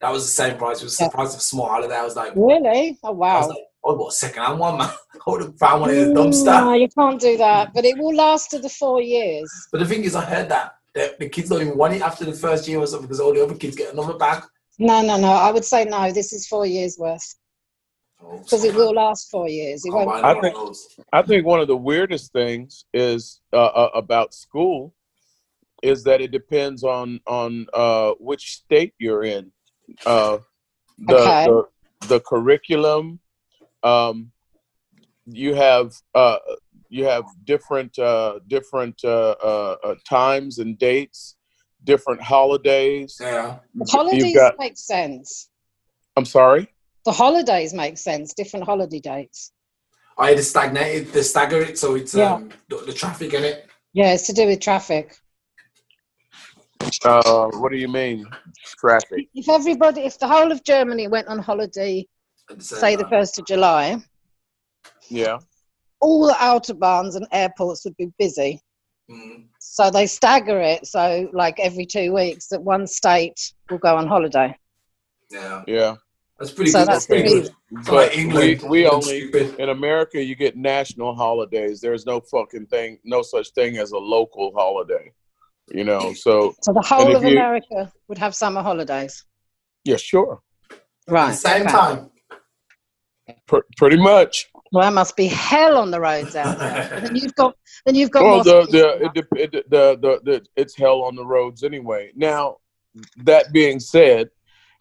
Speaker 1: That was the same price. It was the
Speaker 2: Yeah.
Speaker 1: price of a small holiday. I was like,
Speaker 2: Really? Oh,
Speaker 1: I was
Speaker 2: wow.
Speaker 1: like, oh, what a second hand one, man. I would have found one in a dumpster.
Speaker 2: No, you can't do that. But it will last to the four years.
Speaker 1: But the thing is, I heard that, that the kids don't even want it after the first year or something because all the other kids get another bag.
Speaker 2: No, no, no. I would say no. This is four years worth because it will last four years. It
Speaker 1: I'll
Speaker 2: won't.
Speaker 1: buy
Speaker 3: I
Speaker 1: one
Speaker 3: think-
Speaker 1: of those.
Speaker 3: I think one of the weirdest things is uh, uh, about school is that it depends on on uh, which state you're in, uh, the,
Speaker 2: Okay.
Speaker 3: the the curriculum. Um, you have uh, you have different uh, different uh, uh, uh, times and dates, different holidays.
Speaker 1: Yeah.
Speaker 2: The holidays
Speaker 3: You've got.
Speaker 2: make sense.
Speaker 3: I'm sorry.
Speaker 2: The holidays make sense. Different holiday dates.
Speaker 1: I had to stagnate it, they stagger it, so it's
Speaker 2: Yeah.
Speaker 1: um, the, the traffic in it.
Speaker 2: Yeah, it's to do with traffic.
Speaker 3: Uh, what do you mean? Traffic.
Speaker 2: If everybody, if the whole of Germany went on holiday,
Speaker 1: at the same
Speaker 2: say the
Speaker 1: time.
Speaker 2: first of July,
Speaker 3: Yeah.
Speaker 2: all the autobahns and airports would be busy.
Speaker 1: Mm.
Speaker 2: So they stagger it. So like every two weeks, that one state will go on holiday.
Speaker 1: Yeah.
Speaker 3: Yeah.
Speaker 1: That's pretty
Speaker 2: So
Speaker 1: good.
Speaker 2: that's
Speaker 1: pretty
Speaker 2: the
Speaker 1: good.
Speaker 2: reason.
Speaker 1: So like
Speaker 3: But
Speaker 1: England,
Speaker 3: we, we
Speaker 1: England's
Speaker 3: only
Speaker 1: stupid.
Speaker 3: in America you get national holidays. There's no fucking thing, no such thing as a local holiday. You know, so
Speaker 2: So the whole
Speaker 3: if
Speaker 2: of
Speaker 3: you-
Speaker 2: America would have summer holidays.
Speaker 3: yeah, sure,
Speaker 1: At
Speaker 2: Right.
Speaker 1: the same
Speaker 2: okay.
Speaker 1: time.
Speaker 3: Pr- pretty much.
Speaker 2: Well, that must be hell on the roads out there. And then you've got, then you've got.
Speaker 3: Well,
Speaker 2: more
Speaker 3: the
Speaker 2: space
Speaker 3: the,
Speaker 2: than
Speaker 3: it, dep- it, the the the it's hell on the roads anyway. Now, that being said,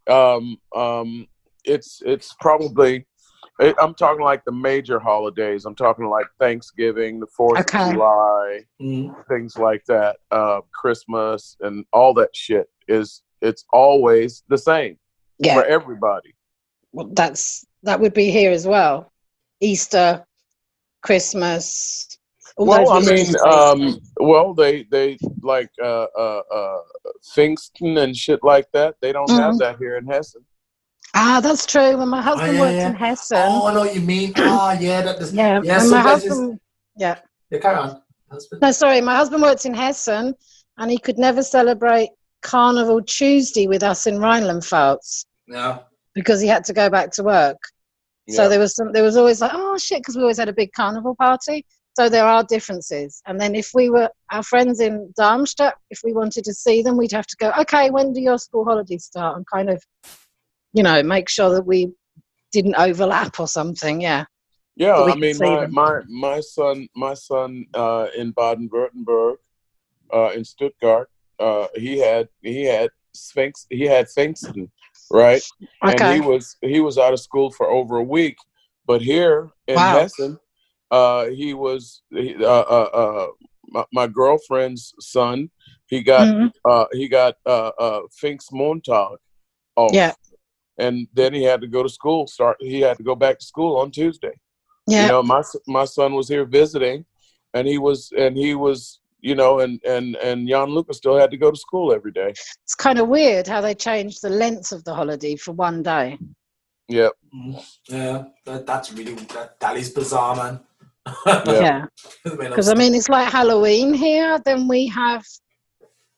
Speaker 3: um, um, it's it's probably it, I'm talking like the major holidays. I'm talking like Thanksgiving, the Fourth
Speaker 2: Okay.
Speaker 3: of July,
Speaker 1: Mm.
Speaker 3: things like that, uh, Christmas and all that shit is it's always the same
Speaker 2: that. yeah.
Speaker 3: for everybody.
Speaker 2: well, that's that would be here as well. Easter, Christmas. all
Speaker 3: Well,
Speaker 2: those
Speaker 3: I mean,
Speaker 2: religious
Speaker 3: um,
Speaker 2: days.
Speaker 3: well, they they like uh, uh, uh, Pfingsten and shit like that. They don't
Speaker 2: Mm-hmm.
Speaker 3: have that here in Hessen.
Speaker 2: ah, that's true. When my husband
Speaker 1: yeah,
Speaker 2: worked
Speaker 1: yeah.
Speaker 2: in Hessen,
Speaker 1: Oh, I know what you mean. Ah, yeah. That, does- yeah,
Speaker 2: yeah, when my
Speaker 1: sometimes it's-
Speaker 2: husband, yeah,
Speaker 1: yeah, carry on. Husband.
Speaker 2: no, sorry, my husband worked in Hessen, and he could never celebrate Carnival Tuesday with us in Rheinland-Pfalz
Speaker 1: Yeah.
Speaker 2: because he had to go back to work.
Speaker 3: Yeah.
Speaker 2: So there was some, there was always like, oh shit, because we always had a big carnival party. So there are differences. And then if we were our friends in Darmstadt, if we wanted to see them, we'd have to go. Okay, when do your school holidays start? And kind of, you know, make sure that we didn't overlap or something. Yeah.
Speaker 3: Yeah,
Speaker 2: So we
Speaker 3: I
Speaker 2: can
Speaker 3: mean,
Speaker 2: see
Speaker 3: my,
Speaker 2: them.
Speaker 3: my my son, my son uh, in Baden-Württemberg, uh, in Stuttgart, uh, he had he had Sphinx, he had Pfingsten, right?
Speaker 2: Okay.
Speaker 3: And he was he was out of school for over a week, but here in
Speaker 2: Wow.
Speaker 3: Hessen, uh, he was he- uh, uh, uh, my, my girlfriend's son. He got
Speaker 2: Mhm.
Speaker 3: uh, he got uh, uh, Pfingstmontag off,
Speaker 2: Yeah.
Speaker 3: and then he had to go to school. Start he had to go back to school on Tuesday.
Speaker 2: Yeah.
Speaker 3: You know, my s- my son was here visiting, and he was and he was you know, and and and Jan Lucas still had to go to school every day.
Speaker 2: It's kind of weird how they changed the length of the holiday for one day.
Speaker 3: Yep.
Speaker 1: Mm. Yeah. That, that's really, that, that is bizarre, man.
Speaker 3: Yeah.
Speaker 2: yeah. Because I mean, it's like Halloween here. Then we have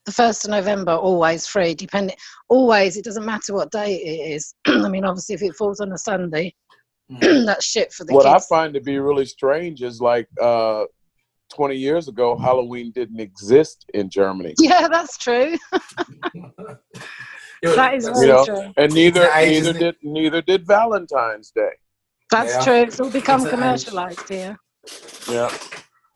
Speaker 2: the first of November always free. Depending, always it doesn't matter what day it is. I mean, obviously, if it falls on a Sunday,
Speaker 1: Mm.
Speaker 2: that's shit for the
Speaker 3: What I
Speaker 2: kids.
Speaker 3: find to be really strange is like uh, 20 years ago, Halloween didn't exist in Germany.
Speaker 2: Yeah, that's true.
Speaker 1: Yo,
Speaker 2: That is
Speaker 1: that's-
Speaker 2: very
Speaker 3: know,
Speaker 2: true.
Speaker 3: And neither
Speaker 1: Yeah, I
Speaker 3: neither
Speaker 1: just-
Speaker 3: did neither did Valentine's Day.
Speaker 2: That's
Speaker 1: Yeah.
Speaker 2: true. It's all become
Speaker 1: It's an age.
Speaker 2: commercialized here.
Speaker 3: Yeah.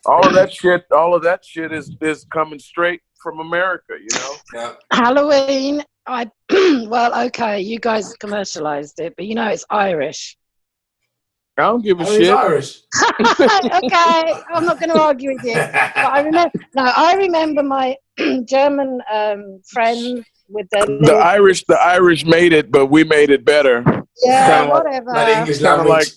Speaker 3: All of that shit all of that shit is is coming straight from America, you know?
Speaker 1: yeah.
Speaker 2: Halloween, I well, okay, you guys commercialized it, but you know it's Irish.
Speaker 3: I don't give a
Speaker 1: Oh, he's
Speaker 3: shit.
Speaker 1: Irish.
Speaker 2: okay, I'm not going to argue with you. But I remember, no, I remember my German um, friends with their
Speaker 3: The
Speaker 2: little,
Speaker 3: Irish the Irish made it, but we made it better.
Speaker 2: yeah,
Speaker 1: Kinda like-
Speaker 2: whatever.
Speaker 1: Like the English
Speaker 3: Kinda
Speaker 1: language.
Speaker 3: like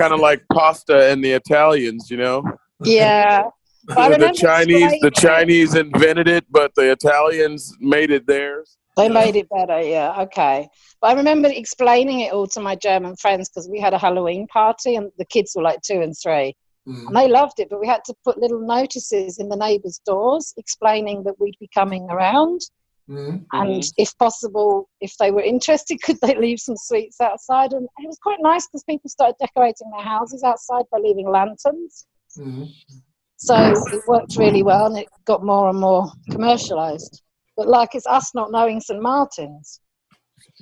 Speaker 3: kind of like pasta and the Italians, you know.
Speaker 2: yeah, But I
Speaker 3: the
Speaker 2: remember
Speaker 3: Chinese, the
Speaker 2: describing-
Speaker 3: Chinese invented it, but the Italians made it theirs.
Speaker 2: They
Speaker 1: Yeah.
Speaker 2: made it better, yeah, okay. But I remember explaining it all to my German friends because we had a Halloween party and the kids were like two and three.
Speaker 1: Mm.
Speaker 2: And they loved it, but we had to put little notices in the neighbours' doors explaining that we'd be coming around.
Speaker 1: Mm.
Speaker 2: And
Speaker 3: Mm-hmm.
Speaker 2: if possible, if they were interested, could they leave some sweets outside? And it was quite nice because people started decorating their houses outside by leaving lanterns.
Speaker 1: Mm.
Speaker 2: So it worked really well and it got more and more commercialised. But like it's us not knowing St. Martin's. Oh.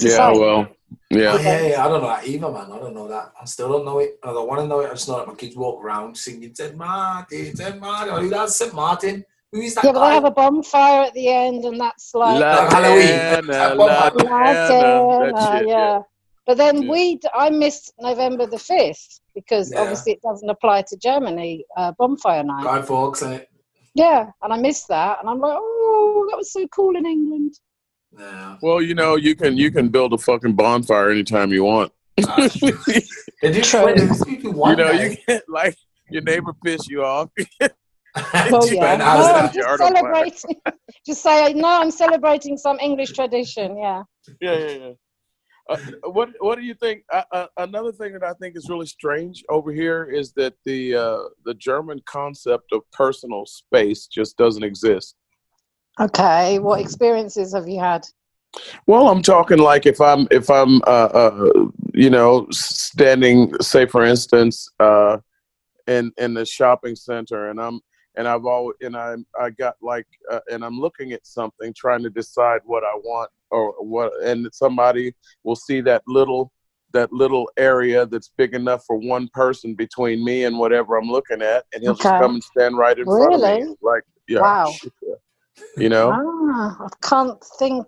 Speaker 3: Yeah, well,
Speaker 1: Yeah.
Speaker 3: yeah,
Speaker 1: Oh, yeah, I don't know that either, man. I don't know that. I still don't know it. I don't want to know it. I just know that my kids walk around singing St. Martin, St. Martin. Oh, Who that's St. Martin? Who is that
Speaker 2: Yeah, but
Speaker 1: guy?
Speaker 2: they have a bonfire at the end and that's like
Speaker 1: La- Halloween.
Speaker 3: Latana,
Speaker 1: Latana,
Speaker 3: Latana, that
Speaker 2: Latana,
Speaker 3: shit,
Speaker 2: uh, yeah. But then
Speaker 3: Yeah.
Speaker 2: we, d- I missed November the 5th because
Speaker 1: Yeah.
Speaker 2: obviously it doesn't apply to Germany, uh, bonfire night.
Speaker 1: Guy Fawkes and it.
Speaker 2: Yeah, and I missed that. And I'm like, oh, that was so cool in England.
Speaker 1: Yeah.
Speaker 3: Well, you know, you can you can build a fucking bonfire anytime you want.
Speaker 1: Nah.
Speaker 3: you
Speaker 1: they do
Speaker 2: True.
Speaker 1: try to speak to one
Speaker 3: know,
Speaker 1: day.
Speaker 3: you can't like your neighbor piss you off.
Speaker 2: Well,
Speaker 1: Just
Speaker 2: yeah.
Speaker 1: burn
Speaker 2: No,
Speaker 1: houses
Speaker 3: that?
Speaker 2: I'm
Speaker 1: down.
Speaker 2: just
Speaker 3: Yard of fire.
Speaker 2: celebrating. just say, no, I'm celebrating some English tradition. Yeah.
Speaker 3: yeah, yeah, yeah. Uh, what What do you think? Uh, uh, another thing that I think is really strange over here is that the uh, the German concept of personal space just doesn't exist.
Speaker 2: Okay. What experiences have you had?
Speaker 3: Well, I'm talking like if I'm if I'm uh, uh, you know s- standing, say for instance, uh, in in the shopping center, and I'm and I've all and I I got like uh, and I'm looking at something, trying to decide what I want or what, and somebody will see that little that little area that's big enough for one person between me and whatever I'm looking at, and he'll
Speaker 2: Okay.
Speaker 3: just come and stand right in front of me,
Speaker 2: Really?
Speaker 3: like yeah,
Speaker 2: Wow.
Speaker 3: you know.
Speaker 2: Ah, I can't think.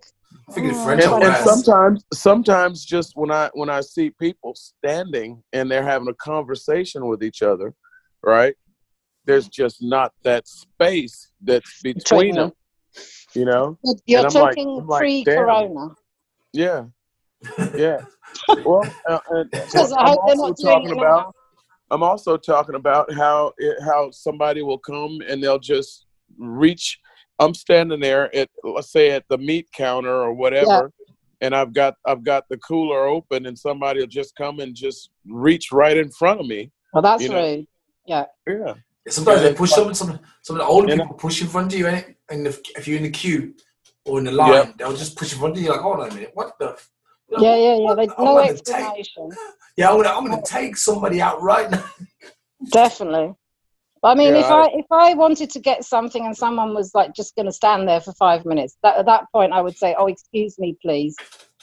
Speaker 1: I figured
Speaker 2: Mm.
Speaker 1: French
Speaker 3: and,
Speaker 1: or
Speaker 3: and
Speaker 1: Wales.
Speaker 3: sometimes sometimes just when i when i see people standing and they're having a conversation with each other right there's just not that space that's between them you know
Speaker 2: You're
Speaker 3: I'm like-
Speaker 2: talking
Speaker 3: I'm like,
Speaker 2: pre corona.
Speaker 3: yeah yeah well uh, and,
Speaker 2: Because I
Speaker 3: I'm
Speaker 2: hope they're
Speaker 3: also
Speaker 2: not doing it now.
Speaker 3: I'm also talking about how it, how somebody will come and they'll just reach. I'm standing there at let's say at the meat counter or whatever, and I've got I've got the cooler open, and somebody will just come and just reach right in front of me.
Speaker 2: Well, Oh, that's
Speaker 3: you know.
Speaker 2: rude.
Speaker 3: Yeah,
Speaker 1: Sometimes
Speaker 3: Yeah,
Speaker 1: they push some some some of the older
Speaker 3: You know?
Speaker 1: people push in front of you, innit? And if, if you're in the queue or in the line,
Speaker 3: Yeah.
Speaker 1: they'll just push in front of you. Like, hold on a minute, what the? F-?
Speaker 2: Yeah, yeah, yeah. They,
Speaker 1: I'm
Speaker 2: no
Speaker 1: gonna take-
Speaker 2: explanation.
Speaker 1: Yeah, I'm gonna, I'm gonna take somebody out right now.
Speaker 2: Definitely. But I mean,
Speaker 3: Yeah,
Speaker 2: if I,
Speaker 3: I-
Speaker 2: if I wanted to get something and someone was like just going to stand there for five minutes, that, at that point I would say, "Oh, excuse me, please."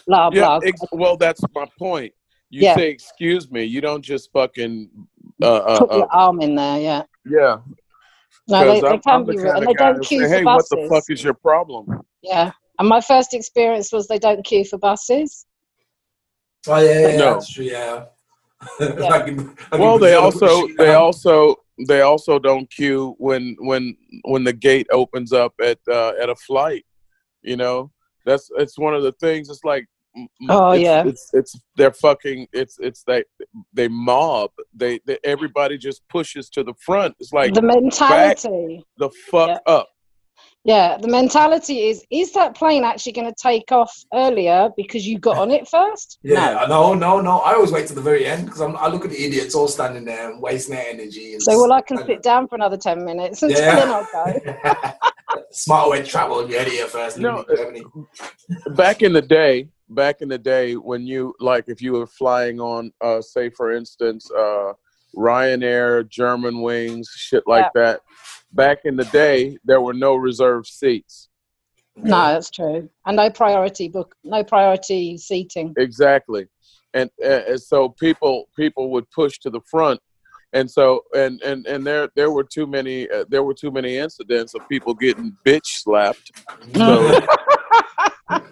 Speaker 2: Blah
Speaker 3: yeah.
Speaker 2: blah.
Speaker 3: Ex- well, that's my point. You
Speaker 2: Yeah.
Speaker 3: say excuse me. You don't just fucking uh, uh,
Speaker 2: Put
Speaker 3: uh
Speaker 2: your arm in there. Yeah.
Speaker 3: yeah.
Speaker 2: No,
Speaker 3: 'cause
Speaker 2: they, they
Speaker 3: I'm,
Speaker 2: can
Speaker 3: I'm the
Speaker 2: be rude,
Speaker 3: kind
Speaker 2: and
Speaker 3: of
Speaker 2: they
Speaker 3: guy
Speaker 2: don't
Speaker 3: that
Speaker 2: queue
Speaker 3: say,
Speaker 2: for
Speaker 3: hey, what
Speaker 2: buses.
Speaker 3: the fuck is your problem?
Speaker 2: yeah. And my first experience was they don't queue for buses.
Speaker 1: Oh yeah, yeah, yeah,
Speaker 3: No.
Speaker 1: that's true, yeah. Like in- like in
Speaker 3: well they
Speaker 1: Brazil, put the
Speaker 3: also
Speaker 1: sheet
Speaker 3: they
Speaker 1: down.
Speaker 3: also they also don't queue when when when the gate opens up at uh, at a flight you know that's it's one of the things it's like m- m-
Speaker 2: Oh,
Speaker 3: it's,
Speaker 2: yeah.
Speaker 3: it's it's they're fucking it's it's they they mob they, they everybody just pushes to the front it's like
Speaker 2: the mentality.
Speaker 3: the fuck up
Speaker 2: Yeah, the mentality is: is that plane actually going to take off earlier because you got on it first?
Speaker 1: Yeah, no, no, no. I always wait to the very end because I look at the idiots all standing there and wasting their energy. And
Speaker 2: So, well, I can
Speaker 1: and-
Speaker 2: sit down for another ten minutes and
Speaker 1: Yeah.
Speaker 2: then I'll go.
Speaker 1: Smart way to travel. You're here first.
Speaker 3: No,
Speaker 1: No, Germany.
Speaker 3: back in the day back in the day when you like if you were flying on uh say for instance uh Ryanair, German wings, shit like that. Back in the day, there were no reserved seats.
Speaker 2: No, that's true. And no priority book, no priority seating.
Speaker 3: Exactly, and, and and so people people would push to the front, and so and and and there there were too many uh, there were too many incidents of people getting bitch slapped.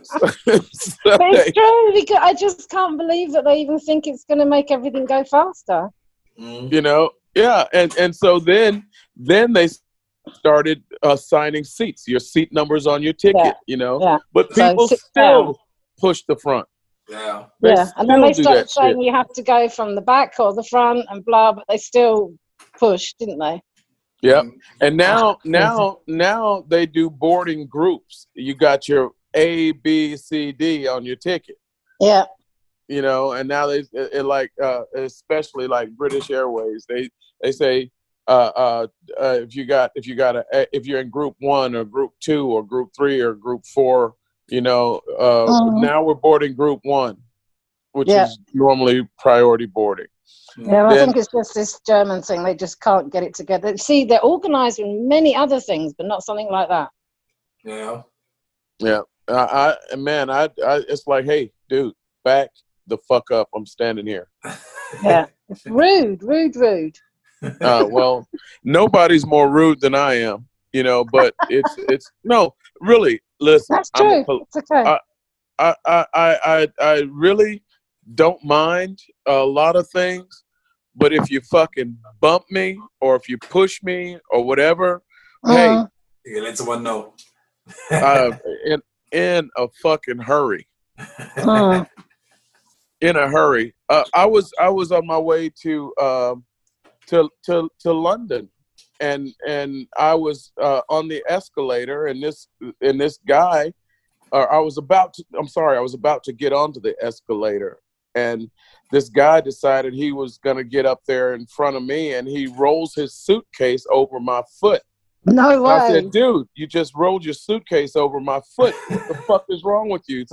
Speaker 3: So, so
Speaker 2: But
Speaker 3: they-
Speaker 2: it's true because I just can't believe that they even think it's going to make everything go faster.
Speaker 1: Mm.
Speaker 3: you know, yeah, and and so then then they started assigning seats, your seat numbers on your ticket,
Speaker 2: Yeah,
Speaker 3: you know,
Speaker 2: yeah.
Speaker 3: but
Speaker 2: So
Speaker 3: people
Speaker 2: sit
Speaker 3: still
Speaker 2: down.
Speaker 3: push the front.
Speaker 1: Yeah.
Speaker 3: They
Speaker 2: yeah, and then they
Speaker 3: still do that
Speaker 2: started
Speaker 3: shit.
Speaker 2: saying you have to go from the back or the front and blah, but they still pushed, didn't they?
Speaker 3: Yep. And now, now, now they do boarding groups. You got your A, B, C, D on your ticket,
Speaker 2: Yeah,
Speaker 3: you know. And now they it, it like, uh, especially like British Airways, they they say uh, uh, uh, if you got if you got a eh, if you're in Group One or Group Two or Group Three or Group Four, you know. Uh,
Speaker 2: Mhm.
Speaker 3: Now we're boarding Group One, which
Speaker 2: Yeah.
Speaker 3: is normally priority boarding.
Speaker 2: yeah. I
Speaker 3: Then-
Speaker 2: think it's just this German thing; they just can't get it together. See, they're organised in many other things, but not something like that.
Speaker 1: Yeah.
Speaker 3: Yeah, I, I man, I, I, it's like, hey, dude, back the fuck up. I'm standing here.
Speaker 2: Yeah, it's rude, rude, rude.
Speaker 3: Uh, well, nobody's more rude than I am, you know. But it's, it's no, really. Listen,
Speaker 2: That's
Speaker 3: I'm a
Speaker 2: true.
Speaker 3: pol-
Speaker 2: It's okay.
Speaker 3: I- I, I, I, I, I really don't mind a lot of things, but if you fucking bump me or if you push me or whatever, hey,
Speaker 2: Mm.
Speaker 1: You let someone know.
Speaker 3: uh, in in a fucking hurry.
Speaker 2: Mm.
Speaker 3: in a hurry. Uh, I was I was on my way to um, to to to London, and and I was uh, on the escalator, and this and this guy, or I was about to. I'm sorry, I was about to get onto the escalator, and this guy decided he was gonna get up there in front of me, and he rolls his suitcase over my foot.
Speaker 2: No
Speaker 3: I
Speaker 2: way.
Speaker 3: said, "Dude, you just rolled your suitcase over my foot. What the fuck is wrong with you?"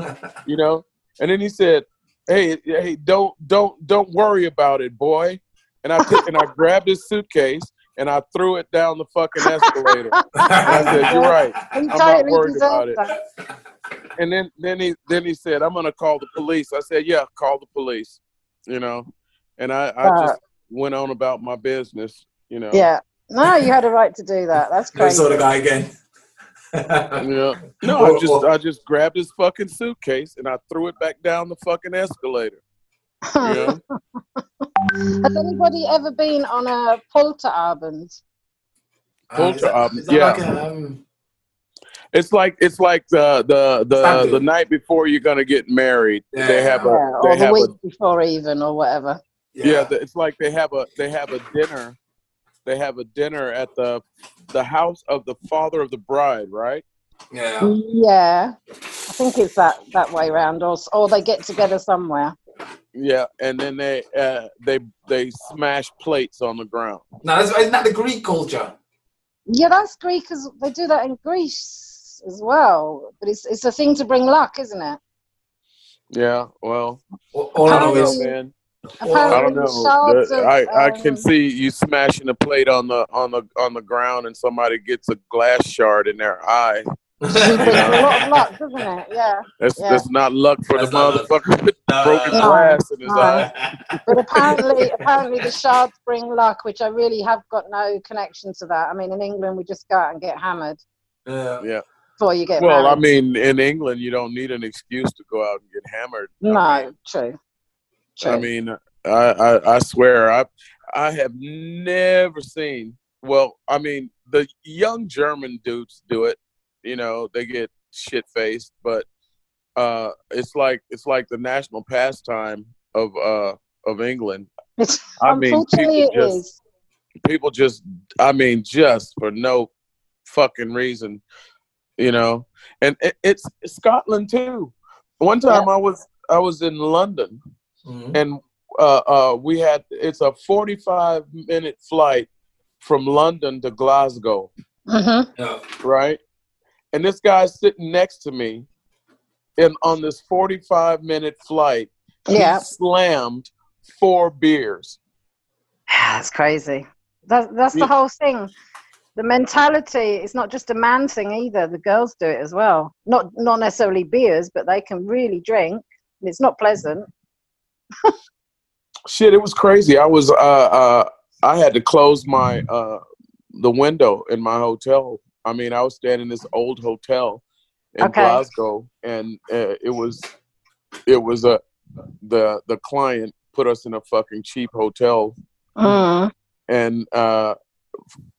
Speaker 3: you know. And then he said, "Hey, hey, don't, don't, don't worry about it, boy." And I took and I grabbed his suitcase and I threw it down the fucking escalator. I said, "You're right."
Speaker 2: He
Speaker 3: not
Speaker 2: totally
Speaker 3: worried
Speaker 2: deserved
Speaker 3: about it.
Speaker 2: that.
Speaker 3: And then, then he, then he said, "I'm gonna call the police." I said, "Yeah, call the police," you know. And I, I just went on about my business, you know.
Speaker 2: Yeah. No, you had a right to do that. That's
Speaker 1: They
Speaker 2: crazy.
Speaker 1: saw the guy again.
Speaker 3: Yeah. No, I just, I just grabbed his fucking suitcase and I threw it back down the fucking escalator. You know?
Speaker 1: Um,
Speaker 2: Has anybody ever been on a Polterabend?
Speaker 1: Uh, is that-
Speaker 3: Polterabend,
Speaker 1: is that
Speaker 3: yeah.
Speaker 1: like a, um,
Speaker 3: It's like it's like the the the,
Speaker 1: Standard.
Speaker 3: the night before you're gonna get married. They
Speaker 1: Yeah.
Speaker 3: have
Speaker 2: Yeah,
Speaker 3: a
Speaker 2: or
Speaker 3: they
Speaker 2: the
Speaker 3: have
Speaker 2: week
Speaker 3: a
Speaker 2: before, even, or whatever.
Speaker 3: yeah. the- it's like they have a they have a dinner. They have a dinner at the the house of the father of the bride, right?
Speaker 1: yeah.
Speaker 2: Yeah, I think it's that that way round, or s- or they get together somewhere.
Speaker 3: Yeah, and then they uh, they they smash plates on the ground.
Speaker 1: Now, that's, isn't that the Greek culture?
Speaker 2: Yeah, that's Greek, as they do that in Greece as well. But it's it's a thing to bring luck, isn't it?
Speaker 3: Yeah, well,
Speaker 1: All, all
Speaker 3: I
Speaker 1: I
Speaker 3: don't
Speaker 1: know is
Speaker 2: Apparently-
Speaker 3: know, man. I don't
Speaker 2: Apparently
Speaker 3: know.
Speaker 2: shards
Speaker 3: The-
Speaker 2: of,
Speaker 3: I I can
Speaker 2: um,
Speaker 3: see you smashing a plate on the on the on the ground, and somebody gets a glass shard in their eye.
Speaker 2: brings a lot of luck, doesn't it? Yeah.
Speaker 3: That's
Speaker 2: Yeah.
Speaker 3: that's not luck for
Speaker 1: That's
Speaker 3: the
Speaker 1: not luck.
Speaker 3: motherfucker with
Speaker 1: No,
Speaker 3: broken
Speaker 1: no,
Speaker 2: no.
Speaker 3: glass in his
Speaker 2: Oh, No.
Speaker 3: eye.
Speaker 2: But apparently, apparently the shards bring luck, which I really have got no connection to that. I mean, in England, we just go out and get hammered
Speaker 1: no. Yeah.
Speaker 3: Yeah.
Speaker 2: before you get
Speaker 3: Well, I
Speaker 2: married.
Speaker 3: mean, in England, you don't need an excuse to go out and get hammered.
Speaker 2: no, true, true.
Speaker 3: I mean, I I, I swear, I I have never seen. Well, I mean, the young German dudes do it. You know, they get shit faced, but uh, it's like it's like the national pastime of uh of England.
Speaker 2: It's-
Speaker 3: I mean,
Speaker 2: unfortunately,
Speaker 3: people
Speaker 2: it
Speaker 3: just
Speaker 2: is.
Speaker 3: people just i mean just for no fucking reason you know and it, it's scotland too one time i was i was in london
Speaker 1: Mhm.
Speaker 3: and uh, uh, we had it's a 45 minute flight from london to glasgow
Speaker 2: Mhm.
Speaker 1: Yeah.
Speaker 3: right and this guy's sitting next to me and on this 45 minute flight he
Speaker 2: Yeah.
Speaker 3: slammed four beers
Speaker 2: that's crazy. That, that's the whole thing. The mentality, it's not just a man thing either. The girls do it as well. Not, not necessarily beers, but they can really drink. And it's not pleasant.
Speaker 3: Shit, it was crazy. I was uh, uh I had to close my uh the window in my hotel. I mean, I was staying in this old hotel in
Speaker 2: Okay.
Speaker 3: Glasgow, and uh, it was it was a the the client put us in a fucking cheap hotel
Speaker 2: Mm.
Speaker 3: and uh,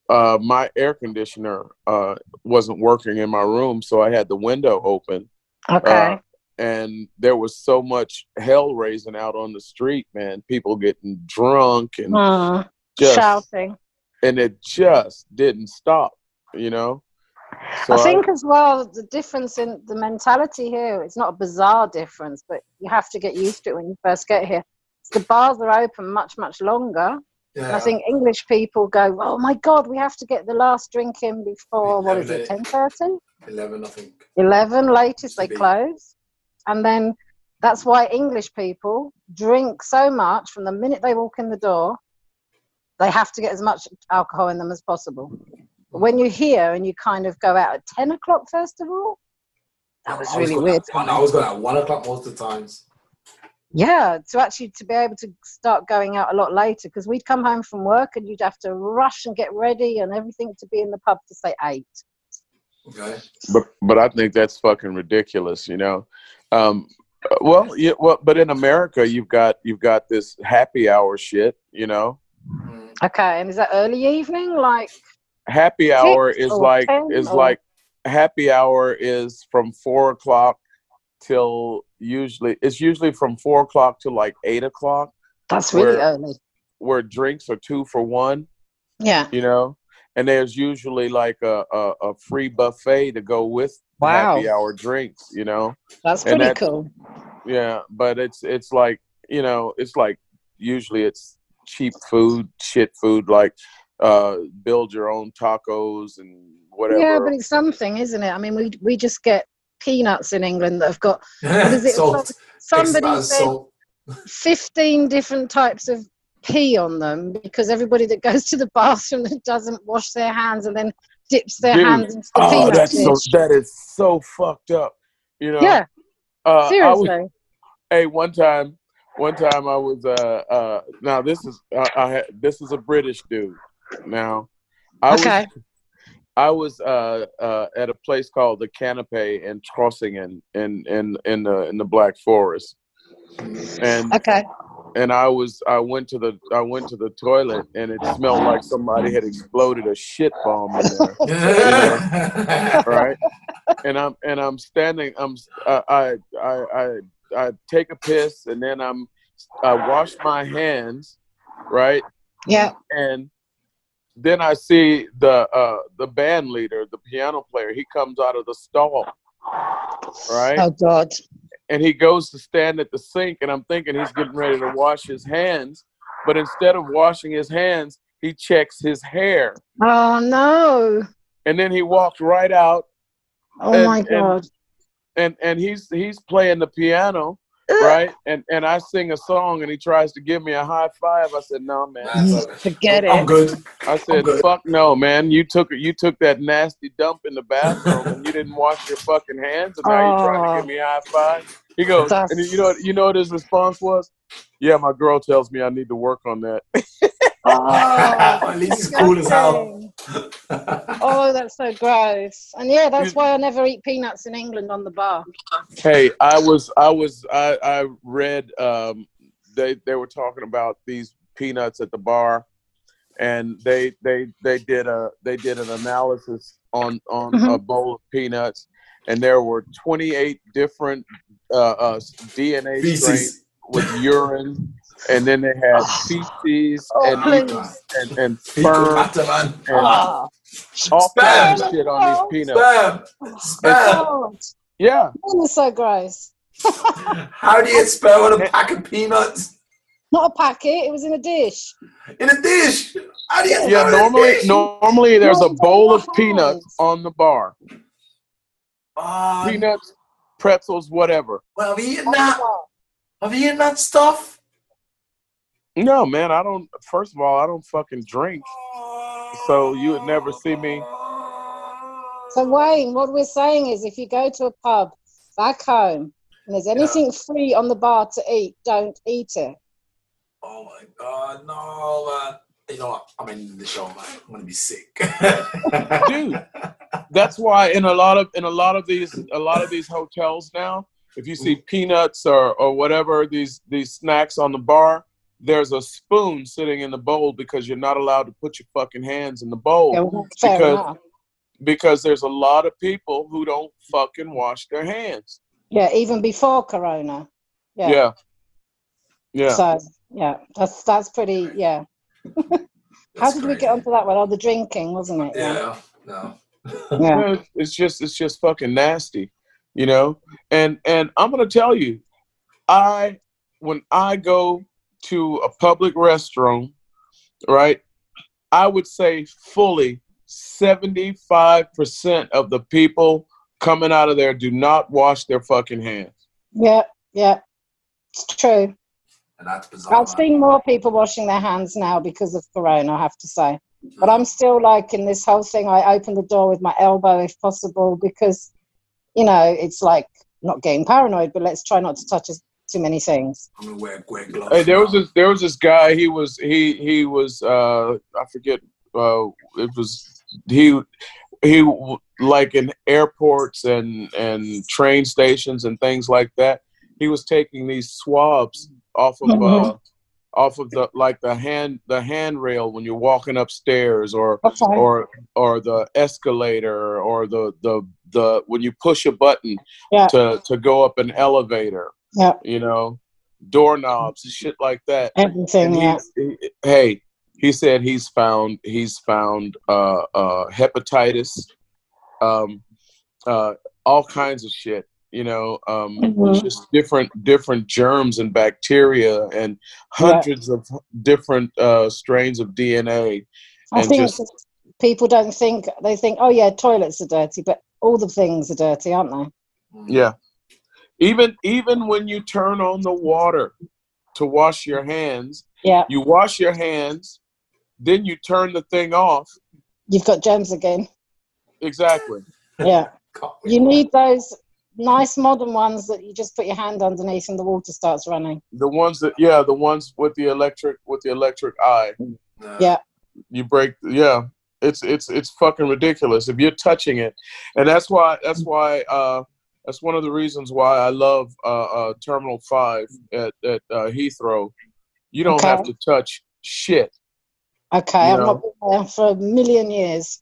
Speaker 3: uh, my air conditioner uh, wasn't working in my room, so I had the window open.
Speaker 2: Okay.
Speaker 3: Uh, and there was so much hell raising out on the street, man. People getting drunk and
Speaker 2: Mm.
Speaker 3: just,
Speaker 2: Shouting.
Speaker 3: and it just didn't stop, you know. So
Speaker 2: I think as well the difference in the mentality here. It's not a bizarre difference, but you have to get used to it when you first get here. The bars are open much much longer. And
Speaker 1: Yeah.
Speaker 2: I think English people go, "Oh my God, we have to get the last drink in before what is it, ten thirty,
Speaker 1: 11, I think.
Speaker 2: eleven latest they
Speaker 1: Should be.
Speaker 2: close," and then that's why English people drink so much from the minute they walk in the door. They have to get as much alcohol in them as possible. But when you're here and you kind of go out at ten o'clock first of all, that was
Speaker 1: I
Speaker 2: really
Speaker 1: going
Speaker 2: weird.
Speaker 1: at One, I was going at one o'clock most of the times.
Speaker 2: Yeah, to actually to be able to start going out a lot later because we'd come home from work and you'd have to rush and get ready and everything to be in the pub to say eight.
Speaker 1: Okay.
Speaker 3: but but I think that's fucking ridiculous, you know. Um, well, yeah, well, but in America, you've got you've got this happy hour shit, you know.
Speaker 1: Mm.
Speaker 2: Okay, and is that early evening? Like,
Speaker 3: happy hour is
Speaker 2: or
Speaker 3: like
Speaker 2: 10
Speaker 3: is
Speaker 2: or-
Speaker 3: like happy hour is from four o'clock till usually it's usually from four o'clock to like eight o'clock
Speaker 2: that's really
Speaker 3: Where-
Speaker 2: early.
Speaker 3: where drinks are two for one
Speaker 2: Yeah.
Speaker 3: you know and there's usually like a, a, a free buffet to go with the happy hour drinks you know
Speaker 2: That's
Speaker 3: And
Speaker 2: pretty
Speaker 3: that's-
Speaker 2: cool.
Speaker 3: yeah but it's it's like you know it's like usually it's cheap food shit food like uh build your own tacos and whatever
Speaker 2: Yeah, but it's something, isn't it? I mean, we we just get peanuts in England that have got is it?
Speaker 1: salt.
Speaker 2: somebody
Speaker 1: Extra
Speaker 2: said
Speaker 1: salt.
Speaker 2: 15 different types of pee on them because everybody that goes to the bathroom that doesn't wash their hands and then dips their
Speaker 3: Dude.
Speaker 2: hands into the
Speaker 3: Oh,
Speaker 2: peanut
Speaker 3: that's so
Speaker 2: dish.
Speaker 3: that is so fucked up. You know,
Speaker 2: yeah,
Speaker 3: Uh, I
Speaker 2: seriously.
Speaker 3: was, hey, one time, one time I was. Uh, uh, now this is uh, I had, this is a British dude. Now, I
Speaker 2: Okay.
Speaker 3: was I was uh, uh, at a place called the Canapé in Trossingen in in in the in the Black Forest, and
Speaker 2: Okay.
Speaker 3: and I was I went to the I went to the toilet and it smelled like somebody had exploded a shit bomb in there. right? and I'm and I'm standing. I'm I I I I, I take a piss and then I'm I wash my hands, right?
Speaker 2: Yeah.
Speaker 3: And then I see the uh, the band leader, the piano player. He comes out of the stall, right?
Speaker 2: Oh God.
Speaker 3: and he goes to stand at the sink and i'm thinking he's getting ready to wash his hands but instead of washing his hands he checks his hair
Speaker 2: Oh no.
Speaker 3: and then he walked right out
Speaker 2: Oh
Speaker 3: And-
Speaker 2: my
Speaker 3: and-
Speaker 2: God.
Speaker 3: and and he's he's playing the piano right and and i sing a song and he tries to give me a high five i said no man
Speaker 2: Forget
Speaker 1: I'm
Speaker 2: it.
Speaker 1: good.
Speaker 3: i said
Speaker 1: good.
Speaker 3: fuck no man you took you took that nasty dump in the bathroom and you didn't wash your fucking hands and now you're trying to
Speaker 2: Oh.
Speaker 3: give me a high five he goes
Speaker 2: That's-
Speaker 3: and you know you know what his response was yeah my girl tells me i need to work on that
Speaker 2: Oh,
Speaker 1: At least it's cool as hell.
Speaker 2: disgusting. Oh, that's so gross. And yeah, that's
Speaker 3: You-
Speaker 2: why I never eat peanuts in England on the bar.
Speaker 3: Hey, I was, I was, I, I read. Um, they they were talking about these peanuts at the bar, and they they they did a they did an analysis on on a
Speaker 2: Mhm.
Speaker 3: bowl of peanuts, and there were twenty eight different uh, uh, DNA strains
Speaker 1: Feces.
Speaker 3: with urine, and then they had feces
Speaker 2: Oh,
Speaker 3: and,
Speaker 2: please.
Speaker 3: and and
Speaker 1: Fecal
Speaker 3: sperm
Speaker 1: matter, man.
Speaker 3: and
Speaker 2: Oh,
Speaker 3: all kinds of
Speaker 1: Sperm.
Speaker 3: shit on these peanuts.
Speaker 1: Sperm. Sperm.
Speaker 2: God.
Speaker 3: Yeah,
Speaker 2: That is so gross.
Speaker 1: How do you get sperm on a pack of peanuts
Speaker 2: Not a packet, it was in a dish.
Speaker 1: in a dish? How do you get
Speaker 3: yeah.
Speaker 1: sperm in a
Speaker 3: Normally,
Speaker 1: dish?
Speaker 3: normally there's a
Speaker 2: Normally
Speaker 3: bowl of
Speaker 2: what
Speaker 3: peanuts
Speaker 2: happens?
Speaker 3: on the bar.
Speaker 1: Oh,
Speaker 3: peanuts, pretzels, whatever.
Speaker 1: well, have you eaten
Speaker 2: On the
Speaker 1: that?
Speaker 2: bar.
Speaker 1: Have you eaten that stuff?
Speaker 3: No, man, I don't. First of all, I don't fucking drink, so you would never see me.
Speaker 2: So Wayne, what we're saying is, if you go to a pub back home and there's anything free on the bar to eat, don't eat it.
Speaker 1: Oh my god, no, man. You know what? I'm ending the show, man. I'm gonna be sick. yeah,
Speaker 3: Dude, that's why in a lot of in a lot of these a lot of these hotels now, if you see peanuts or or whatever these these snacks on the bar, there's a spoon sitting in the bowl because you're not allowed to put your fucking hands in the
Speaker 1: Oh,
Speaker 3: bowl.
Speaker 2: Yeah, well, fair
Speaker 3: because-
Speaker 2: enough.
Speaker 3: because there's a lot of people who don't fucking wash their hands.
Speaker 2: Yeah, even before Corona. Yeah.
Speaker 3: Yeah. Yeah.
Speaker 2: So yeah, that's that's pretty. Yeah. How
Speaker 1: That's
Speaker 2: did we
Speaker 1: crazy.
Speaker 2: get onto that one? Oh, the drinking, wasn't it?
Speaker 1: Yeah, no.
Speaker 2: Yeah.
Speaker 3: Yeah, It's just it's just fucking nasty, you know? And and I'm going to tell you I when I go to a public restroom, right? I would say fully 75% of the people coming out of there do not wash their fucking hands.
Speaker 2: Yeah. Yeah. It's true.
Speaker 1: And that's bizarre.
Speaker 2: I've seen more people washing their hands now because of Corona, I have to say. But I'm still like in this whole thing, I open the door with my elbow if possible because, you know, it's like not getting paranoid, but let's try not to touch as- too many things.
Speaker 1: I'm gonna wear gray gloves.
Speaker 3: Hey, there was
Speaker 1: now.
Speaker 3: this there was this guy. He was he he was uh I forget uh it was he he w- like in airports and and train stations and things like that. He was taking these swabs off of uh,
Speaker 2: Mhm.
Speaker 3: off of the like the hand the handrail when you're walking upstairs or
Speaker 2: Okay.
Speaker 3: or or the escalator or the the the when you push a button
Speaker 2: Yeah.
Speaker 3: to to go up an elevator.
Speaker 2: Yeah.
Speaker 3: You know, doorknobs, shit like that.
Speaker 2: Everything,
Speaker 3: And he-
Speaker 2: yeah.
Speaker 3: he- hey, he said he's found he's found uh, uh, hepatitis, um, uh, all kinds of shit. You know, um,
Speaker 2: Mhm.
Speaker 3: just different different germs and bacteria and hundreds of different uh, strains of DNA.
Speaker 2: I
Speaker 3: and
Speaker 2: think
Speaker 3: just-
Speaker 2: that people don't think, they think, oh, yeah, toilets are dirty, but all the things are dirty, aren't they?
Speaker 1: Mm,
Speaker 3: Yeah. Even even when you turn on the water to wash your hands,
Speaker 2: Yeah.
Speaker 3: you wash your hands, then you turn the thing off.
Speaker 2: You've got germs again.
Speaker 3: Exactly.
Speaker 2: Yeah.
Speaker 1: God,
Speaker 2: You need those nice modern ones that you just put your hand underneath and the water starts running.
Speaker 3: The ones that yeah, the ones with the electric with the electric eye.
Speaker 1: no.
Speaker 2: Yeah.
Speaker 3: You break yeah. It's it's it's fucking ridiculous if you're touching it. And that's why that's why uh that's one of the reasons why I love uh, uh Terminal 5 at at uh, Heathrow. You don't
Speaker 2: Okay.
Speaker 3: have to touch shit.
Speaker 2: Okay, I've
Speaker 3: Yeah.
Speaker 2: not been there for a million years.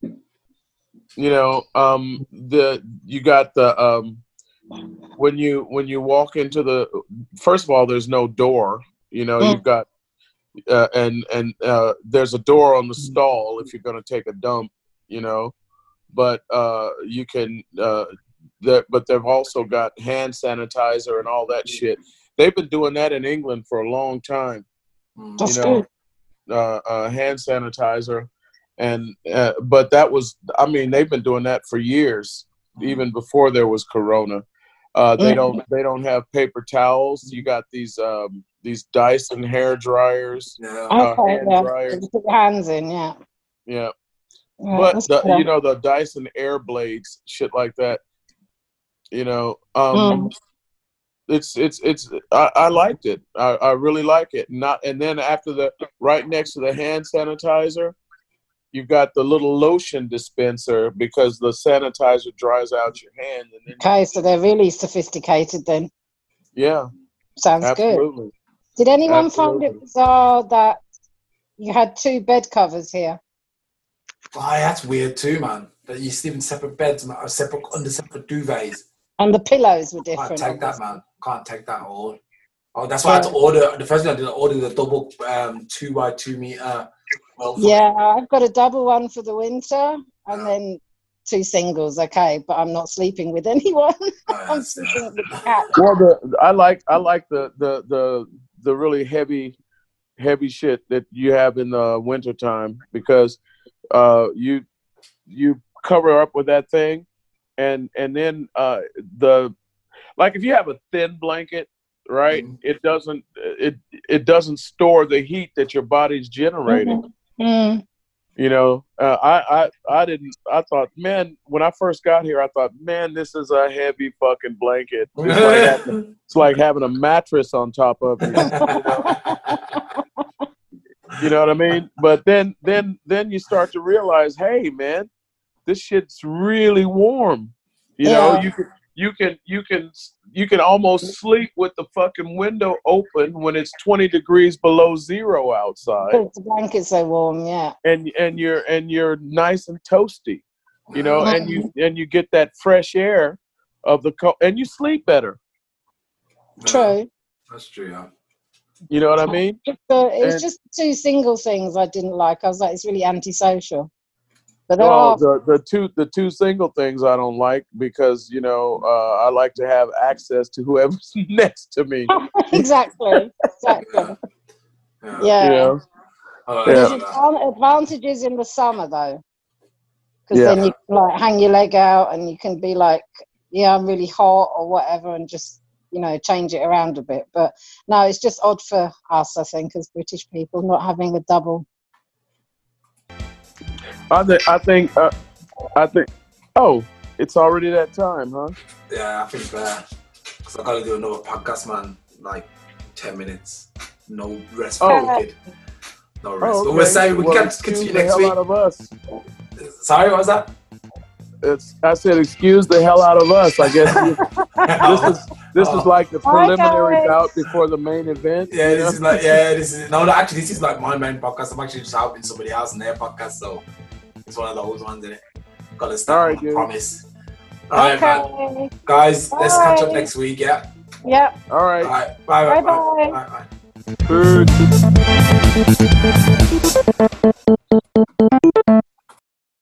Speaker 3: you know um the you got the um when you when you walk into the first of all there's no door you know
Speaker 2: Mm.
Speaker 3: you've got uh, and and uh there's a door on the stall if you're going to take a dump you know but uh you can uh that but they've also got hand sanitizer and all that shit they've been doing that in england for a long time
Speaker 1: Mm.
Speaker 2: That's
Speaker 3: you know,
Speaker 2: good.
Speaker 3: uh, uh, hand sanitizer, and uh, but that was, I mean, they've been doing that for years, even before there was Corona. Uh, they
Speaker 2: Mm.
Speaker 3: don't, they don't have paper towels. You got these, um, these Dyson hair dryers.
Speaker 1: Yeah.
Speaker 3: Uh,
Speaker 2: Okay,
Speaker 3: hand
Speaker 2: yeah.
Speaker 3: dryer.
Speaker 2: You put your hands in, yeah.
Speaker 3: Yeah,
Speaker 2: Yeah,
Speaker 3: but
Speaker 2: that's
Speaker 3: the,
Speaker 2: good. um,
Speaker 3: you know the Dyson air blades, shit like that. You know, um,
Speaker 2: Mm.
Speaker 3: it's it's it's I, I liked it. I, I really like it. Not and then after the right next to the hand sanitizer, you've got the little lotion dispenser because the sanitizer dries out your hand. And then,
Speaker 2: okay, so they're really sophisticated then.
Speaker 3: yeah,
Speaker 2: Sounds good.
Speaker 3: absolutely.
Speaker 2: Did anyone find
Speaker 3: Absolutely.
Speaker 2: it bizarre that you had two bed covers here?
Speaker 1: Why, that's weird too, man. That you sleep in separate beds, man, or separate under separate duvets.
Speaker 2: And the pillows were
Speaker 1: Can't
Speaker 2: different.
Speaker 1: take that, man. Can't take that at all. Oh, that's why I had to order. The first thing I did, I ordered a double um, two by two meter. Well,
Speaker 2: Yeah, I've got a double one for the winter and then two singles, okay, but I'm not sleeping with anyone. I'm sleeping with the cat.
Speaker 3: Well, the I like I like the the the the really heavy heavy shit that you have in the wintertime because uh, you you cover up with that thing, and and then uh, the like if you have a thin blanket right?
Speaker 1: Mhm.
Speaker 3: It doesn't it it doesn't store the heat that your body's generating.
Speaker 2: Mm.
Speaker 3: You know, uh, I I I didn't. I thought, man, when I first got here, I thought, man, this is a heavy fucking blanket. It's like, having- it's like having a mattress on top of you. You know what I mean? But then then then you start to realize, hey man, this shit's really warm. You know,
Speaker 2: Yeah.
Speaker 3: you can you can you can you can almost sleep with the fucking window open when it's 20 degrees below 0 outside
Speaker 2: 'Cause the blanket's so warm, yeah.
Speaker 3: and and you're and you're nice and toasty, you know, and you and you get that fresh air of the co- and you sleep better.
Speaker 2: True.
Speaker 1: That's true. Yeah.
Speaker 3: You know what I mean?
Speaker 2: So it was
Speaker 3: And-
Speaker 2: just two single things I didn't like. I was like, it's really antisocial. But there
Speaker 3: Well,
Speaker 2: are
Speaker 3: the, the two the two single things I don't like because you know uh, I like to have access to whoever's next to me.
Speaker 2: exactly, exactly.
Speaker 1: Yeah. uh,
Speaker 3: You
Speaker 2: Yeah.
Speaker 3: know?
Speaker 1: I like
Speaker 3: Yeah.
Speaker 2: There's
Speaker 1: that.
Speaker 2: advan- advantages in the summer though, because
Speaker 3: Yeah.
Speaker 2: then you can, like hang your leg out and you can be like, yeah, I'm really hot or whatever, and just you know change it around a bit. But no, it's just odd for us, I think, as British people, not having a double.
Speaker 3: I think I think uh, I think oh it's already that time, huh?
Speaker 1: Yeah, I think that. Because I gotta do another podcast, man. Like 10 minutes. No rest for
Speaker 3: Oh.
Speaker 1: the kid. No rest.
Speaker 3: Oh,
Speaker 1: But we're
Speaker 3: okay.
Speaker 1: saying we
Speaker 3: Well,
Speaker 1: can't
Speaker 3: excuse
Speaker 1: continue
Speaker 3: the
Speaker 1: next
Speaker 3: hell
Speaker 1: week.
Speaker 3: out of us.
Speaker 1: Sorry, what was that?
Speaker 3: It's, I said excuse the hell out of us. I guess this is this is like the
Speaker 2: Bye,
Speaker 3: preliminary
Speaker 2: guys.
Speaker 3: bout before the main event.
Speaker 1: Oh. yeah,
Speaker 3: you
Speaker 1: this
Speaker 3: know?
Speaker 1: is like yeah, this is no, no, actually, this is like my main podcast. I'm actually just helping somebody else in their podcast, so it's one of those ones in it. Gotta
Speaker 3: All
Speaker 1: start
Speaker 3: right,
Speaker 1: on
Speaker 3: dude.
Speaker 1: a promise. All right, man. guys, let's catch up
Speaker 2: Bye.
Speaker 1: next week. Yeah.
Speaker 2: Yep.
Speaker 3: All
Speaker 1: All
Speaker 3: right.
Speaker 1: right. Bye. Bye. Bye.
Speaker 2: Bye-bye.
Speaker 1: Bye. Bye.
Speaker 3: Peace.